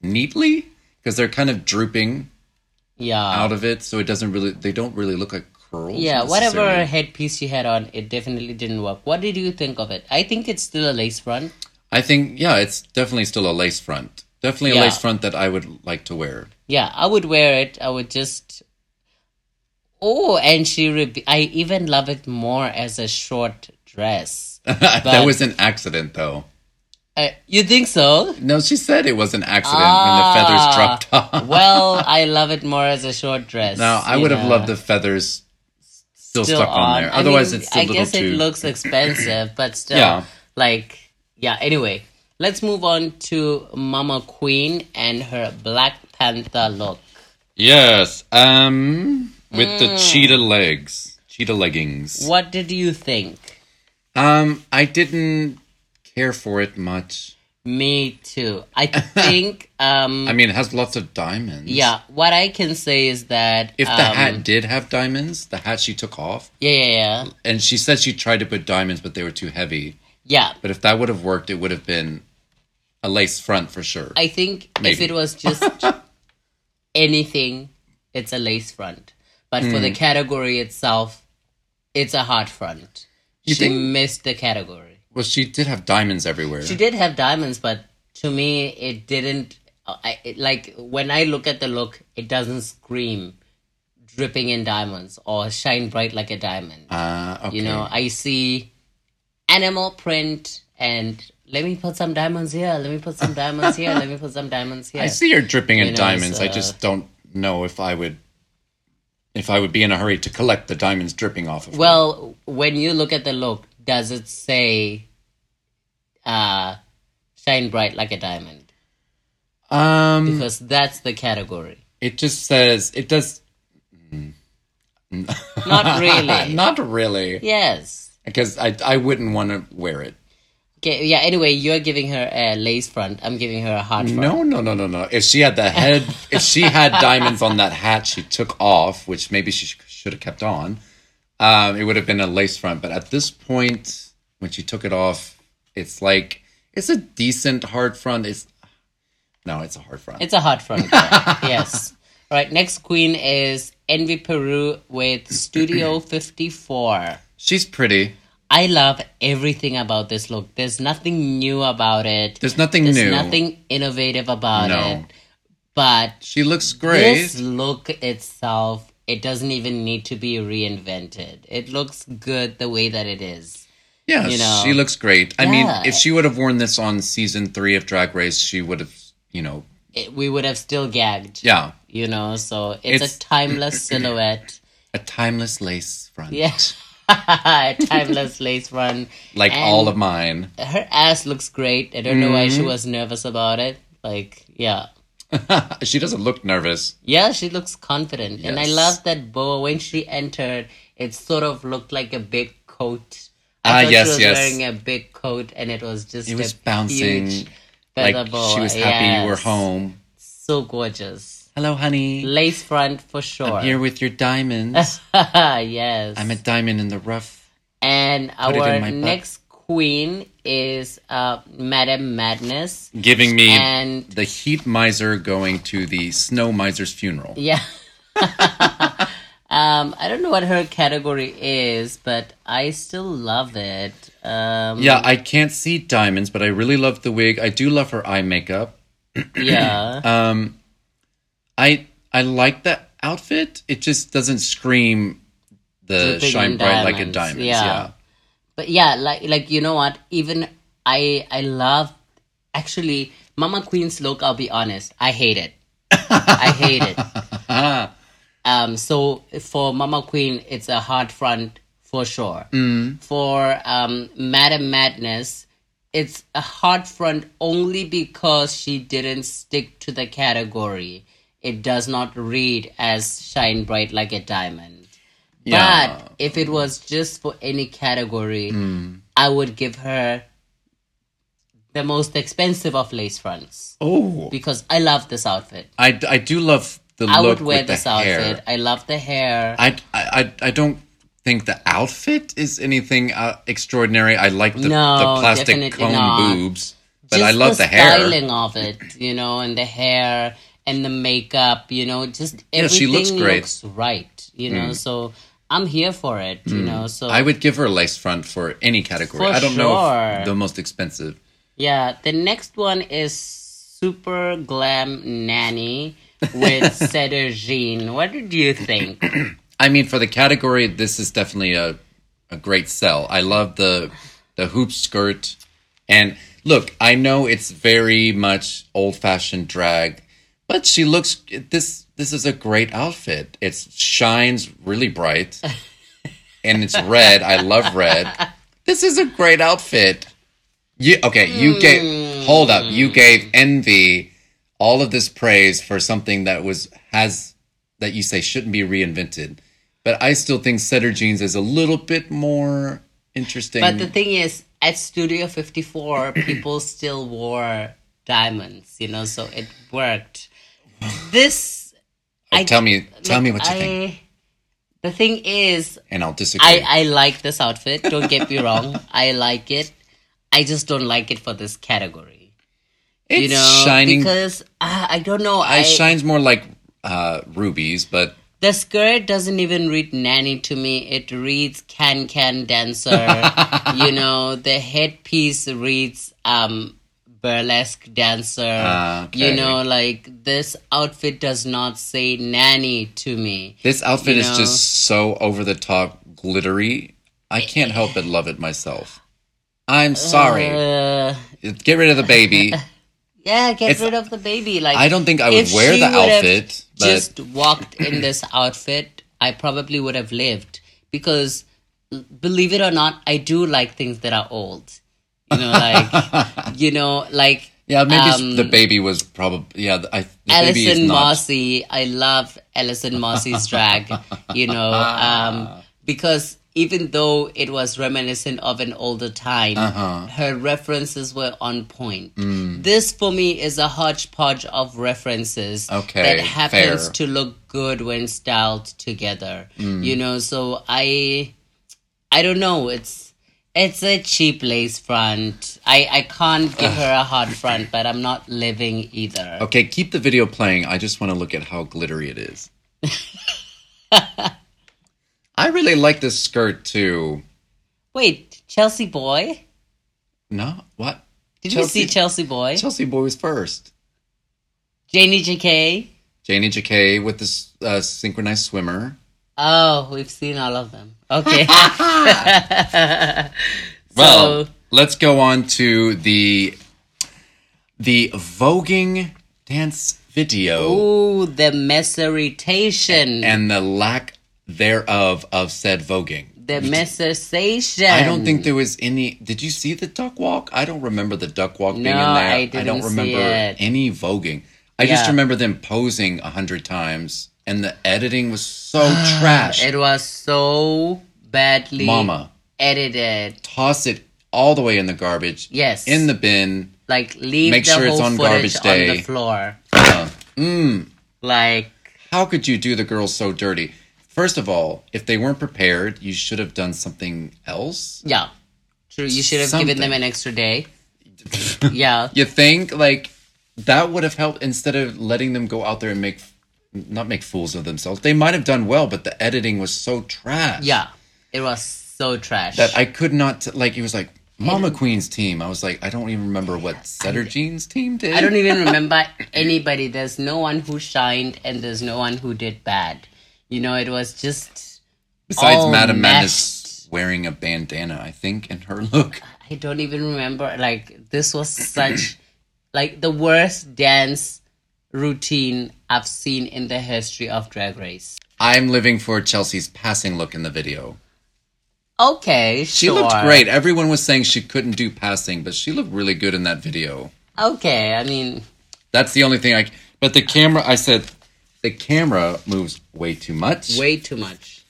Speaker 2: Neatly? Because they're kind of drooping
Speaker 1: Yeah.
Speaker 2: out of it, so it doesn't really they don't really look like curls.
Speaker 1: Yeah, whatever
Speaker 2: necessarily.
Speaker 1: headpiece she had on, it definitely didn't work. What did you think of it? I think it's still a lace front.
Speaker 2: I think yeah, it's definitely still a lace front. Definitely a
Speaker 1: Yeah.
Speaker 2: lace front that I would like to wear.
Speaker 1: Yeah, I would wear it. I would just. Oh, and she. Re- I even love it more as a short dress.
Speaker 2: that was an accident, though.
Speaker 1: Uh, you think so?
Speaker 2: No, she said it was an accident
Speaker 1: Ah.
Speaker 2: when the feathers dropped off.
Speaker 1: well, I love it more as a short dress.
Speaker 2: Now, I
Speaker 1: you
Speaker 2: would have
Speaker 1: know.
Speaker 2: loved the feathers still,
Speaker 1: Still
Speaker 2: stuck on, there.
Speaker 1: I
Speaker 2: Otherwise,
Speaker 1: mean,
Speaker 2: it's a
Speaker 1: I
Speaker 2: little
Speaker 1: guess
Speaker 2: too.
Speaker 1: it looks expensive, but still,
Speaker 2: Yeah.
Speaker 1: like, yeah. Anyway, let's move on to Mama Queen and her Black Panther look.
Speaker 2: yes, um, with
Speaker 1: Hmm.
Speaker 2: the cheetah legs, cheetah leggings.
Speaker 1: What did you think?
Speaker 2: Um, I didn't care for it much.
Speaker 1: Me too. I think. um
Speaker 2: I mean, it has lots of diamonds.
Speaker 1: Yeah, what I can say is that
Speaker 2: If the
Speaker 1: um,
Speaker 2: hat did have diamonds, the hat she took off,
Speaker 1: yeah, yeah, yeah,
Speaker 2: and she said she tried to put diamonds, but they were too heavy.
Speaker 1: yeah.
Speaker 2: But if that would have worked, it would have been a lace front for sure.
Speaker 1: I think if
Speaker 2: Maybe.
Speaker 1: it was just
Speaker 2: Hmm.
Speaker 1: anything, it's a lace front. But for the category itself, It's a hard front.
Speaker 2: You
Speaker 1: she
Speaker 2: think?
Speaker 1: missed the category.
Speaker 2: Well, she did have diamonds everywhere.
Speaker 1: She did have diamonds, but to me, it didn't. uh, I, it, like when I look at the look, it doesn't scream dripping in diamonds or shine bright like a diamond.
Speaker 2: Ah, okay.
Speaker 1: You know, I see animal print and let me put some diamonds here. Let me put some diamonds here. Let me put some diamonds here.
Speaker 2: I see her dripping in
Speaker 1: You know,
Speaker 2: diamonds. I
Speaker 1: so-
Speaker 2: just don't know if I would, if I would be in a hurry to collect the diamonds dripping off of. her.
Speaker 1: Well, when you look at the look, does it say uh, shine bright like a diamond?
Speaker 2: um,
Speaker 1: Because that's the category.
Speaker 2: it just says it does
Speaker 1: Not really.
Speaker 2: not really
Speaker 1: yes.
Speaker 2: because I I wouldn't want to wear it.
Speaker 1: Okay, yeah, anyway, you're giving her a lace front. I'm giving her a hard front.
Speaker 2: No, no, no, no, no. If she had the head, if she had diamonds on that hat she took off, which maybe she sh- should have kept on, um, it would have been a lace front. But at this point, when she took it off, it's like it's a decent hard front. It's no, it's a hard front.
Speaker 1: It's a hard front. yeah. yes. All right, next queen is Envy Peru with Studio 54.
Speaker 2: She's pretty.
Speaker 1: I love everything about this look. There's nothing new about it.
Speaker 2: There's nothing
Speaker 1: There's
Speaker 2: new.
Speaker 1: nothing innovative about
Speaker 2: No.
Speaker 1: it. But
Speaker 2: She looks great.
Speaker 1: this look itself, it doesn't even need to be reinvented. It looks good the way that it is.
Speaker 2: yeah,
Speaker 1: you know.
Speaker 2: she looks great. I mean,
Speaker 1: Yeah.
Speaker 2: if she would have worn this on season three of Drag Race, she would have, you know,
Speaker 1: It, we would have still gagged.
Speaker 2: yeah,
Speaker 1: You know, so it's,
Speaker 2: It's-
Speaker 1: a timeless silhouette.
Speaker 2: a timeless lace front.
Speaker 1: Yeah. a timeless lace run.
Speaker 2: Like
Speaker 1: And-
Speaker 2: all of Mm-hmm. mine.
Speaker 1: Her ass looks great. I don't know why she was nervous about it. Like, yeah.
Speaker 2: she doesn't look nervous.
Speaker 1: Yeah, she looks confident. And I
Speaker 2: Yes.
Speaker 1: love that boa when she entered, it sort of looked like a big coat.
Speaker 2: Ah,
Speaker 1: I thought
Speaker 2: yes,
Speaker 1: she was
Speaker 2: yes.
Speaker 1: wearing a big coat and it was just
Speaker 2: It was
Speaker 1: a
Speaker 2: bouncing,
Speaker 1: huge
Speaker 2: Like
Speaker 1: feather boa.
Speaker 2: she was happy you were
Speaker 1: Yes.
Speaker 2: home.
Speaker 1: So gorgeous.
Speaker 2: Hello, honey.
Speaker 1: Lace front for sure.
Speaker 2: Here with your diamonds.
Speaker 1: yes.
Speaker 2: I'm a diamond in the rough.
Speaker 1: And
Speaker 2: it in
Speaker 1: our
Speaker 2: my butt.
Speaker 1: next queen is uh, Madame Madness.
Speaker 2: Giving me
Speaker 1: And
Speaker 2: the heat miser going to the snow miser's funeral.
Speaker 1: yeah. um, I don't know what her category is, but I still love it. Um,
Speaker 2: Yeah, I can't see diamonds, but I really love the wig. I do love her eye makeup.
Speaker 1: yeah.
Speaker 2: I I like the outfit. It just doesn't scream the
Speaker 1: Dripping
Speaker 2: shine
Speaker 1: in
Speaker 2: bright like a
Speaker 1: diamonds.
Speaker 2: diamond.
Speaker 1: Yeah.
Speaker 2: yeah.
Speaker 1: but yeah, like like you know what? Even I I love actually Mama Queen's look. I'll be honest, I hate it. I hate it. Um, so for Mama Queen, it's a hard front for sure. For um, Madam Madness, it's a hard front only because she didn't stick to the category. It does not read as shine bright like a diamond.
Speaker 2: Yeah.
Speaker 1: But if it was just for any category, I would give her the most expensive of lace fronts
Speaker 2: Oh,
Speaker 1: because I love this outfit.
Speaker 2: I, I do love the
Speaker 1: I would
Speaker 2: look
Speaker 1: wear
Speaker 2: with the
Speaker 1: this
Speaker 2: hair.
Speaker 1: outfit. I love the hair.
Speaker 2: I, I, I don't think the outfit is anything uh, extraordinary. I like the,
Speaker 1: No,
Speaker 2: the plastic
Speaker 1: definitely
Speaker 2: cone
Speaker 1: not.
Speaker 2: boobs, but
Speaker 1: Just
Speaker 2: I love the, hair.
Speaker 1: styling of it, you know, and the hair and the makeup, you know, just
Speaker 2: she
Speaker 1: everything
Speaker 2: looks great. Mm.
Speaker 1: looks right, you know. So I'm here for it, you know. So
Speaker 2: I would give her a lace front for any category.
Speaker 1: For
Speaker 2: I don't know
Speaker 1: sure.
Speaker 2: if the most expensive.
Speaker 1: Yeah, the next one is Super Glam Nanny with Cedar Jean. What did you think?
Speaker 2: I mean, for the category, this is definitely a, a great sell. I love the the hoop skirt, and look, I know it's very much old fashioned drag, but she looks this. This is a great outfit. It shines really bright, and it's red. I love red. This is a great outfit. You okay?
Speaker 1: Hmm.
Speaker 2: You gave hold up. You gave envy all of this praise for something that was has that you say shouldn't be reinvented. But I still think Setter Jeans is a little bit more interesting.
Speaker 1: But the thing is, at Studio 54, people still wore diamonds, you know, so it worked. This,
Speaker 2: Oh, tell me, tell me
Speaker 1: look,
Speaker 2: what you
Speaker 1: I-
Speaker 2: think,
Speaker 1: The thing is,
Speaker 2: and I'll disagree.
Speaker 1: I, I like this outfit. Don't get me wrong. I like it. I just don't like it for this category.
Speaker 2: it's
Speaker 1: you know,
Speaker 2: shining.
Speaker 1: because uh, I don't know.
Speaker 2: it shines more like uh, rubies, but
Speaker 1: The skirt doesn't even read nanny to me. It reads can can dancer. you know, the headpiece reads um burlesque dancer.
Speaker 2: Ah, okay.
Speaker 1: You know, like this outfit does not say nanny to me.
Speaker 2: This outfit
Speaker 1: You
Speaker 2: is
Speaker 1: know.
Speaker 2: just so over the top glittery. I can't help but love it myself. I'm sorry.
Speaker 1: Uh,
Speaker 2: Get rid of the baby.
Speaker 1: yeah, get
Speaker 2: It's-
Speaker 1: rid of the baby. Like
Speaker 2: I don't think I would
Speaker 1: if
Speaker 2: wear
Speaker 1: she
Speaker 2: the
Speaker 1: would have
Speaker 2: outfit, but
Speaker 1: just walked in this outfit, I probably would have lived because, l- believe it or not, I do like things that are old. You know, like you know, like
Speaker 2: yeah, maybe s-
Speaker 1: um,
Speaker 2: the baby was probably yeah. th- I, the baby is
Speaker 1: Alison
Speaker 2: not.
Speaker 1: Mossy. I love Alison Mossy's drag, you know, um, because even though it was reminiscent of an older time,
Speaker 2: Uh-huh.
Speaker 1: her references were on point.
Speaker 2: Mm.
Speaker 1: This, for me, is a hodgepodge of references
Speaker 2: Okay,
Speaker 1: that happens
Speaker 2: fair. Mm.
Speaker 1: to look good when styled together, you know. So I, I don't know. It's it's a cheap lace front. I, I can't give her a hard front, but I'm not living either.
Speaker 2: Okay, keep the video playing. I just want to look at how glittery it is. I really like this skirt too.
Speaker 1: Wait, Chelsea Boy?
Speaker 2: No, what?
Speaker 1: Did
Speaker 2: Chelsea-
Speaker 1: we see Chelsea Boy?
Speaker 2: Chelsea Boy was first.
Speaker 1: Janie JK?
Speaker 2: Janie Jacquet with this uh, synchronized swimmer.
Speaker 1: Oh, we've seen all of them. Okay.
Speaker 2: Well,
Speaker 1: So-
Speaker 2: let's go on to the the voguing dance video
Speaker 1: Ooh, the meseritation.
Speaker 2: and the lack thereof of said voguing.
Speaker 1: the messersation.
Speaker 2: I don't think there was any. Did you see the duck walk? I don't remember the duck walk being in
Speaker 1: No,
Speaker 2: there.
Speaker 1: I
Speaker 2: don't
Speaker 1: didn't see
Speaker 2: remember
Speaker 1: it.
Speaker 2: any voguing. I just
Speaker 1: Yeah.
Speaker 2: remember them posing a hundred times, and the editing was so trash.
Speaker 1: it was so badly
Speaker 2: Mama,
Speaker 1: edited.
Speaker 2: toss it all the way in the garbage.
Speaker 1: Yes.
Speaker 2: in the bin.
Speaker 1: Like leave
Speaker 2: Make
Speaker 1: the
Speaker 2: sure it's
Speaker 1: whole
Speaker 2: on
Speaker 1: footage
Speaker 2: garbage day.
Speaker 1: on the floor.
Speaker 2: Uh,
Speaker 1: Like
Speaker 2: how could you do the girls so dirty? First of all, if they weren't prepared, you should have done something else.
Speaker 1: yeah. True. You should have given them an
Speaker 2: Something.
Speaker 1: extra day. yeah.
Speaker 2: You think like that would have helped instead of letting them go out there and make not make fools of themselves. They might have done well, but the editing was so trash.
Speaker 1: Yeah. It was so trash.
Speaker 2: that I could not like. It was like Mama Queen's team. I was like, I don't even remember what Setter Jean's team did.
Speaker 1: I don't even remember anybody. There's no one who shined and there's no one who did bad. You know, it was just
Speaker 2: Besides
Speaker 1: all
Speaker 2: Madame Madness
Speaker 1: meshed.
Speaker 2: wearing a bandana, I think, in her look.
Speaker 1: I don't even remember like this was such like the worst dance routine I've seen in the history of drag race.
Speaker 2: I'm living for Chelsea's passing look in the video.
Speaker 1: Okay,
Speaker 2: She looked great. Everyone was saying she couldn't do passing, but she looked really good in that video.
Speaker 1: Okay, I mean
Speaker 2: That's the only thing I. But the camera, I said, the camera moves way too much.
Speaker 1: way too much.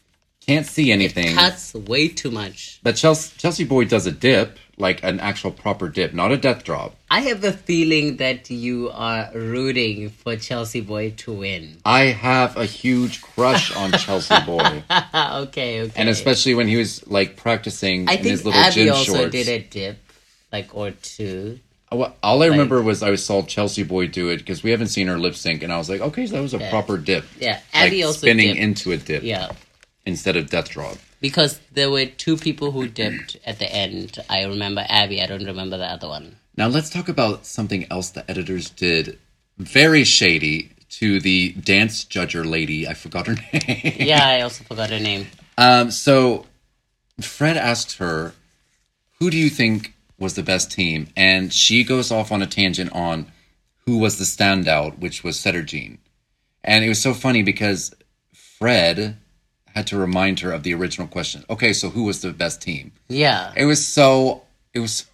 Speaker 2: Can't see anything.
Speaker 1: Cuts way too much.
Speaker 2: But Chelsea, Chelsea Boy does a dip, like an actual proper dip, not a death drop.
Speaker 1: I have a feeling that you are rooting for Chelsea Boy to win.
Speaker 2: I have a huge crush on Chelsea Boy,
Speaker 1: Ah, okay, okay.
Speaker 2: and especially when he was like practicing
Speaker 1: I
Speaker 2: in his
Speaker 1: think
Speaker 2: little
Speaker 1: Abby
Speaker 2: gym
Speaker 1: also
Speaker 2: shorts. Uh,
Speaker 1: did a dip, like or two.
Speaker 2: Well, All I remember was I saw Chelsea Boy do it because we haven't seen her lip sync, and I was like, okay, so that was a proper dip.
Speaker 1: Yeah, Abby
Speaker 2: like
Speaker 1: also
Speaker 2: spinning
Speaker 1: dipped.
Speaker 2: into a dip
Speaker 1: Yeah,
Speaker 2: instead of death drop.
Speaker 1: because there were two people who dipped at the end. I remember Abby. I don't remember the other one.
Speaker 2: Now let's talk about something else the editors did very shady to the dance judger lady. I forgot her name.
Speaker 1: Yeah, I also forgot her name.
Speaker 2: Um, so Fred asks her, "Who do you think was the best team?" And she goes off on a tangent on who was the standout, which was Setterjean. And it was so funny because Fred had to remind her of the original question. Okay, so who was the best team?
Speaker 1: Yeah,
Speaker 2: It was so. It was.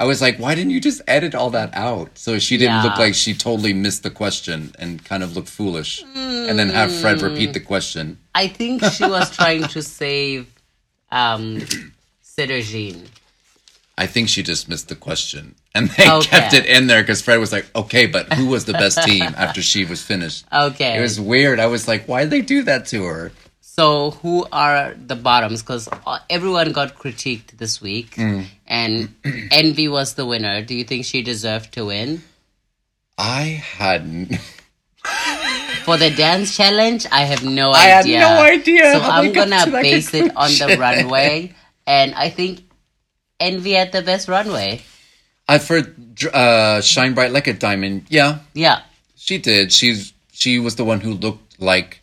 Speaker 2: I was like, why didn't you just edit all that out? So she didn't look
Speaker 1: Yeah.
Speaker 2: like she totally missed the question and kind of looked foolish, and then have Fred
Speaker 1: Mm.
Speaker 2: repeat the question.
Speaker 1: I think she was trying to save um, Cedergine.
Speaker 2: I think she just missed the question, and they
Speaker 1: Okay.
Speaker 2: kept it in there because Fred was like, okay, but who was the best team after she was finished?
Speaker 1: Okay,
Speaker 2: It was weird. I was like, why did they do that to her?
Speaker 1: so who are the bottoms? Because everyone got critiqued this week,
Speaker 2: Mm.
Speaker 1: and Envy was the winner. Do you think she deserved to win?
Speaker 2: I hadn't.
Speaker 1: For the dance challenge, I have no
Speaker 2: I had
Speaker 1: idea.
Speaker 2: no idea
Speaker 1: So
Speaker 2: how
Speaker 1: I'm
Speaker 2: they got
Speaker 1: gonna
Speaker 2: to that
Speaker 1: base it on the
Speaker 2: conclusion.
Speaker 1: runway, and I think Envy had the best runway.
Speaker 2: I've heard dr- uh, "Shine Bright Like a Diamond." Yeah,
Speaker 1: Yeah,
Speaker 2: she did. She's she was the one who looked like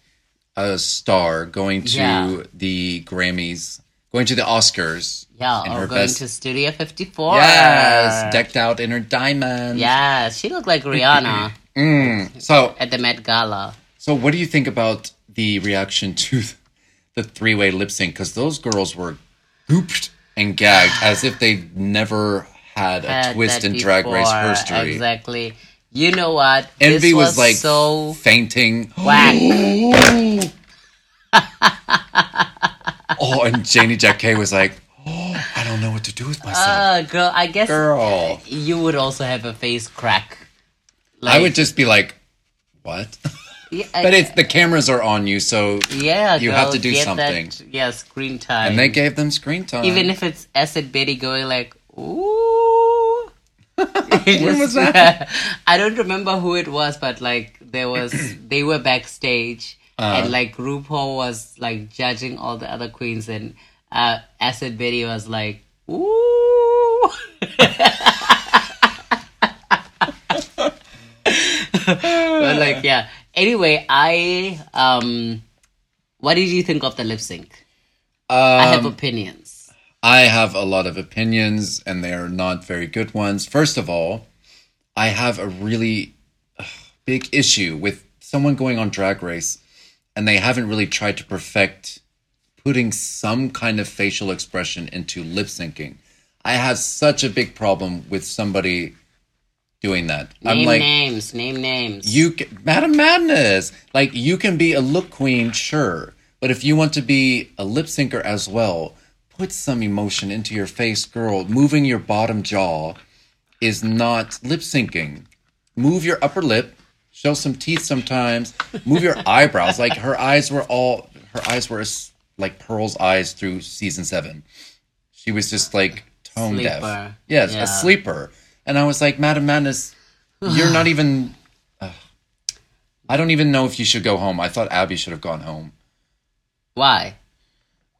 Speaker 2: a star going to
Speaker 1: Yeah.
Speaker 2: the Grammys, going to the Oscars.
Speaker 1: yeah.
Speaker 2: in
Speaker 1: Or
Speaker 2: her
Speaker 1: going
Speaker 2: best.
Speaker 1: to Studio 54.
Speaker 2: yes, decked out in her diamonds.
Speaker 1: Yeah, she looked like Rihanna
Speaker 2: Mm. So,
Speaker 1: at the Met Gala.
Speaker 2: so what do you think about the reaction to the three-way lip sync? Because those girls were gooped and gagged as if they never had a
Speaker 1: Had
Speaker 2: twist
Speaker 1: that
Speaker 2: in Drag Race
Speaker 1: before,
Speaker 2: history.
Speaker 1: Exactly. You know what?
Speaker 2: Envy
Speaker 1: this
Speaker 2: was, like
Speaker 1: so
Speaker 2: fainting.
Speaker 1: whack.
Speaker 2: Oh, and Janie Jack Kay was like, "Oh, I don't know what to do with myself,
Speaker 1: Uh, girl, I guess
Speaker 2: girl."
Speaker 1: you would also have a face crack.
Speaker 2: I would just be like, "What?"
Speaker 1: Yeah,
Speaker 2: But it's the cameras are on you, so
Speaker 1: yeah,
Speaker 2: you have
Speaker 1: girl,
Speaker 2: to do
Speaker 1: get
Speaker 2: something.
Speaker 1: That, yeah, screen time.
Speaker 2: And they gave them screen time.
Speaker 1: Even if it's acid Betty going like, ooh. when
Speaker 2: was that?
Speaker 1: I don't remember who it was, but like there was, they were backstage,
Speaker 2: Uh-huh.
Speaker 1: and like RuPaul was like judging all the other queens, and uh, acid Betty was like, ooh. but like yeah. Anyway, I um, what did you think of the lip sync?
Speaker 2: Uh,
Speaker 1: I have
Speaker 2: Um,
Speaker 1: opinions.
Speaker 2: I have a lot of opinions, and they are not very good ones. First of all, I have a really ugh, big issue with someone going on Drag Race, and they haven't really tried to perfect putting some kind of facial expression into lip syncing. I have such a big problem with somebody doing that. I'm
Speaker 1: Name
Speaker 2: like,
Speaker 1: names, name names.
Speaker 2: you can, Madam Madness, like you can be a look queen, sure, but if you want to be a lip syncer as well, put some emotion into your face, girl. Moving your bottom jaw is not lip syncing. Move your upper lip, show some teeth sometimes. Move your eyebrows. Like her eyes were all her eyes were s- like Pearl's eyes through season seven. She was just like tone deaf.
Speaker 1: Sleeper.
Speaker 2: Yes,
Speaker 1: Yeah.
Speaker 2: a sleeper. And I was like, Madam Madness, you're not even I don't even know if you should go home. I thought Abby should have gone home.
Speaker 1: Why?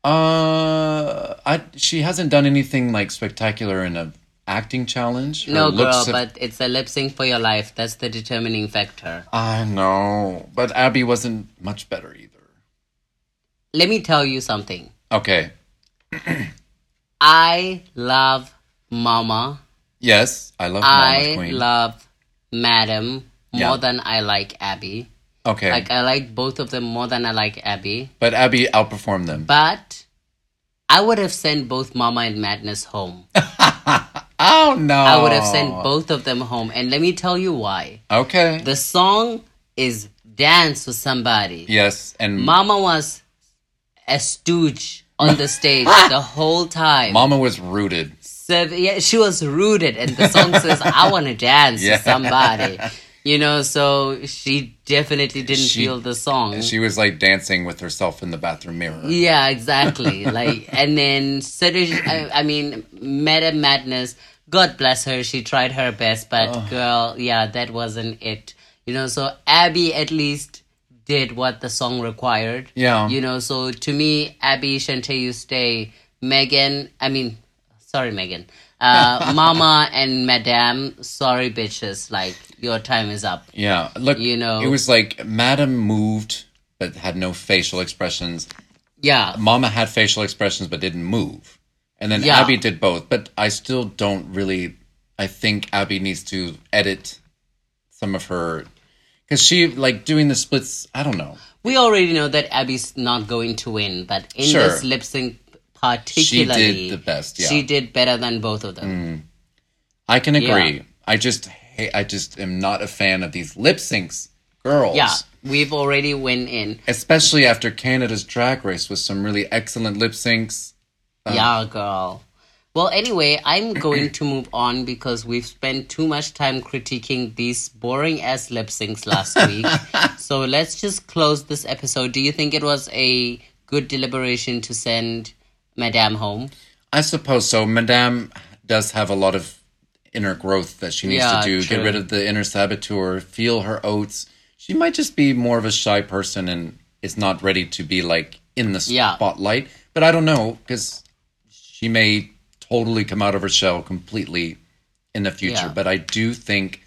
Speaker 2: Uh, I she hasn't done anything like spectacular in a acting challenge. Her
Speaker 1: No, girl,
Speaker 2: looks have-
Speaker 1: but it's a lip sync for your life. That's the determining factor.
Speaker 2: I know, but Abby wasn't much better either.
Speaker 1: Let me tell you something.
Speaker 2: Okay.
Speaker 1: I love Mama.
Speaker 2: Yes, I love Mama's
Speaker 1: I
Speaker 2: Queen.
Speaker 1: love Madam
Speaker 2: Yeah.
Speaker 1: more than I like Abby.
Speaker 2: okay,
Speaker 1: Like, I like both of them more than I like Abby.
Speaker 2: but Abby outperformed them.
Speaker 1: But I would have sent both Mama and Madness home.
Speaker 2: oh no!
Speaker 1: I would have sent both of them home. And let me tell you why.
Speaker 2: Okay.
Speaker 1: The song is Dance with Somebody.
Speaker 2: yes, and
Speaker 1: Mama was a stooge on the stage the whole time.
Speaker 2: Mama was rooted.
Speaker 1: So, yeah, she was rooted, and the song says, "I want to dance
Speaker 2: Yeah.
Speaker 1: with somebody." You know, so she definitely didn't
Speaker 2: She-
Speaker 1: feel the song.
Speaker 2: She was like dancing with herself in the bathroom mirror.
Speaker 1: yeah, exactly. like, and then Suraj, I, I mean, Meta Madness. God bless her. She tried her best, but girl, yeah, that wasn't it. You know, so Abby at least did what the song required.
Speaker 2: Yeah.
Speaker 1: You know, so to me, Abby, Shantae, you stay. Megan, I mean, sorry, Megan. Uh, Mama and Madame, sorry, bitches. Like, your time is up.
Speaker 2: Yeah, look,
Speaker 1: You know-
Speaker 2: it was like Madam moved but had no facial expressions.
Speaker 1: Yeah.
Speaker 2: Mama had facial expressions but didn't move, and then
Speaker 1: Yeah.
Speaker 2: Abby did both. But I still don't really. I think Abby needs to edit some of her because she like doing the splits. I don't know.
Speaker 1: We already know that Abby's not going to win, but in
Speaker 2: Sure.
Speaker 1: this lip sync particularly,
Speaker 2: the best, yeah. Mm.
Speaker 1: She did better than both of them.
Speaker 2: I can agree.
Speaker 1: Yeah.
Speaker 2: I just hate. I just am not a fan of these lip syncs, girls.
Speaker 1: Yeah, we've already went in.
Speaker 2: Especially after Canada's Drag Race with some really excellent lip syncs. Uh.
Speaker 1: yeah, girl. Well, anyway, I'm going to move on because we've spent too much time critiquing these boring ass lip syncs last week. so let's just close this episode. Do you think it was a good deliberation to send Madame home?
Speaker 2: I suppose so. Madame does have a lot of inner growth that she needs
Speaker 1: Yeah,
Speaker 2: to do.
Speaker 1: true.
Speaker 2: Get rid of the inner saboteur, feel her oats, she might just be more of a shy person and is not ready to be like in the
Speaker 1: Yeah.
Speaker 2: spotlight. But I don't know because she may totally come out of her shell completely in the future.
Speaker 1: Yeah.
Speaker 2: But I do think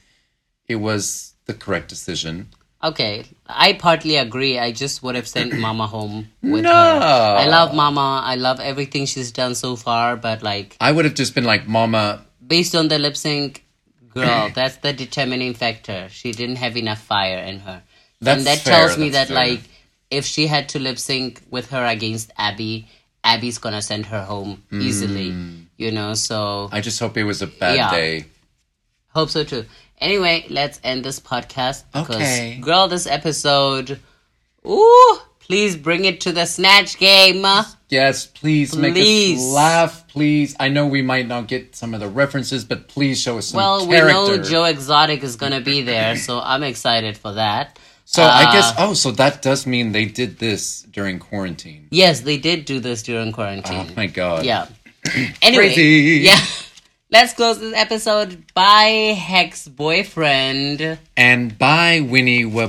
Speaker 2: it was the correct decision.
Speaker 1: Okay, I partly agree. I just would have sent Mama home with
Speaker 2: No.
Speaker 1: her. I love Mama. I love everything she's done so far, but like
Speaker 2: I would have just been like, Mama,
Speaker 1: based on the lip sync, girl, that's the determining factor. She didn't have enough fire in her,
Speaker 2: That's
Speaker 1: and that
Speaker 2: fair,
Speaker 1: tells me
Speaker 2: that's
Speaker 1: that
Speaker 2: fair.
Speaker 1: like if she had to lip sync with her against Abby, Abby's gonna send her home easily.
Speaker 2: Hmm.
Speaker 1: You know, so
Speaker 2: I just hope it was a bad
Speaker 1: Yeah.
Speaker 2: day.
Speaker 1: Hope so too. Anyway, let's end this podcast. 'cause,
Speaker 2: Okay.
Speaker 1: Girl, this episode. Ooh, please bring it to the snatch game.
Speaker 2: Yes, please, make
Speaker 1: Please.
Speaker 2: us laugh, please. I know we might not get some of the references, but please show us some
Speaker 1: Well, we
Speaker 2: character.
Speaker 1: know Joe Exotic is gonna be there, so I'm excited for that.
Speaker 2: so I guess
Speaker 1: Uh,
Speaker 2: oh, so that does mean they did this during quarantine.
Speaker 1: Yes, they did do this during
Speaker 2: Oh
Speaker 1: quarantine.
Speaker 2: my god.
Speaker 1: yeah. Anyway,
Speaker 2: Crazy.
Speaker 1: yeah. Let's close this episode. Bye, Hex boyfriend.
Speaker 2: And bye, Winnie, were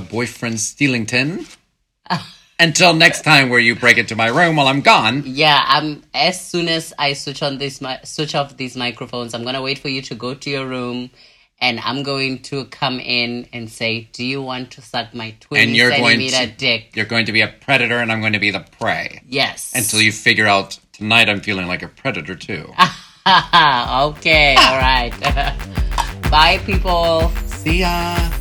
Speaker 2: boyfriend Stealington. Until next time, where you break into my room while I'm gone.
Speaker 1: Yeah, I'm. As soon as I switch on this, mi- switch off these microphones, I'm gonna wait for you to go to your room, and I'm going to come in and say, "Do you want to suck my twenty
Speaker 2: And you're going
Speaker 1: centimeter
Speaker 2: to-
Speaker 1: dick?"
Speaker 2: You're going to be a predator, and I'm going to be the prey.
Speaker 1: Yes.
Speaker 2: Until you figure out tonight, I'm feeling like a predator too.
Speaker 1: Ah. okay. All right. Bye, people.
Speaker 2: See ya.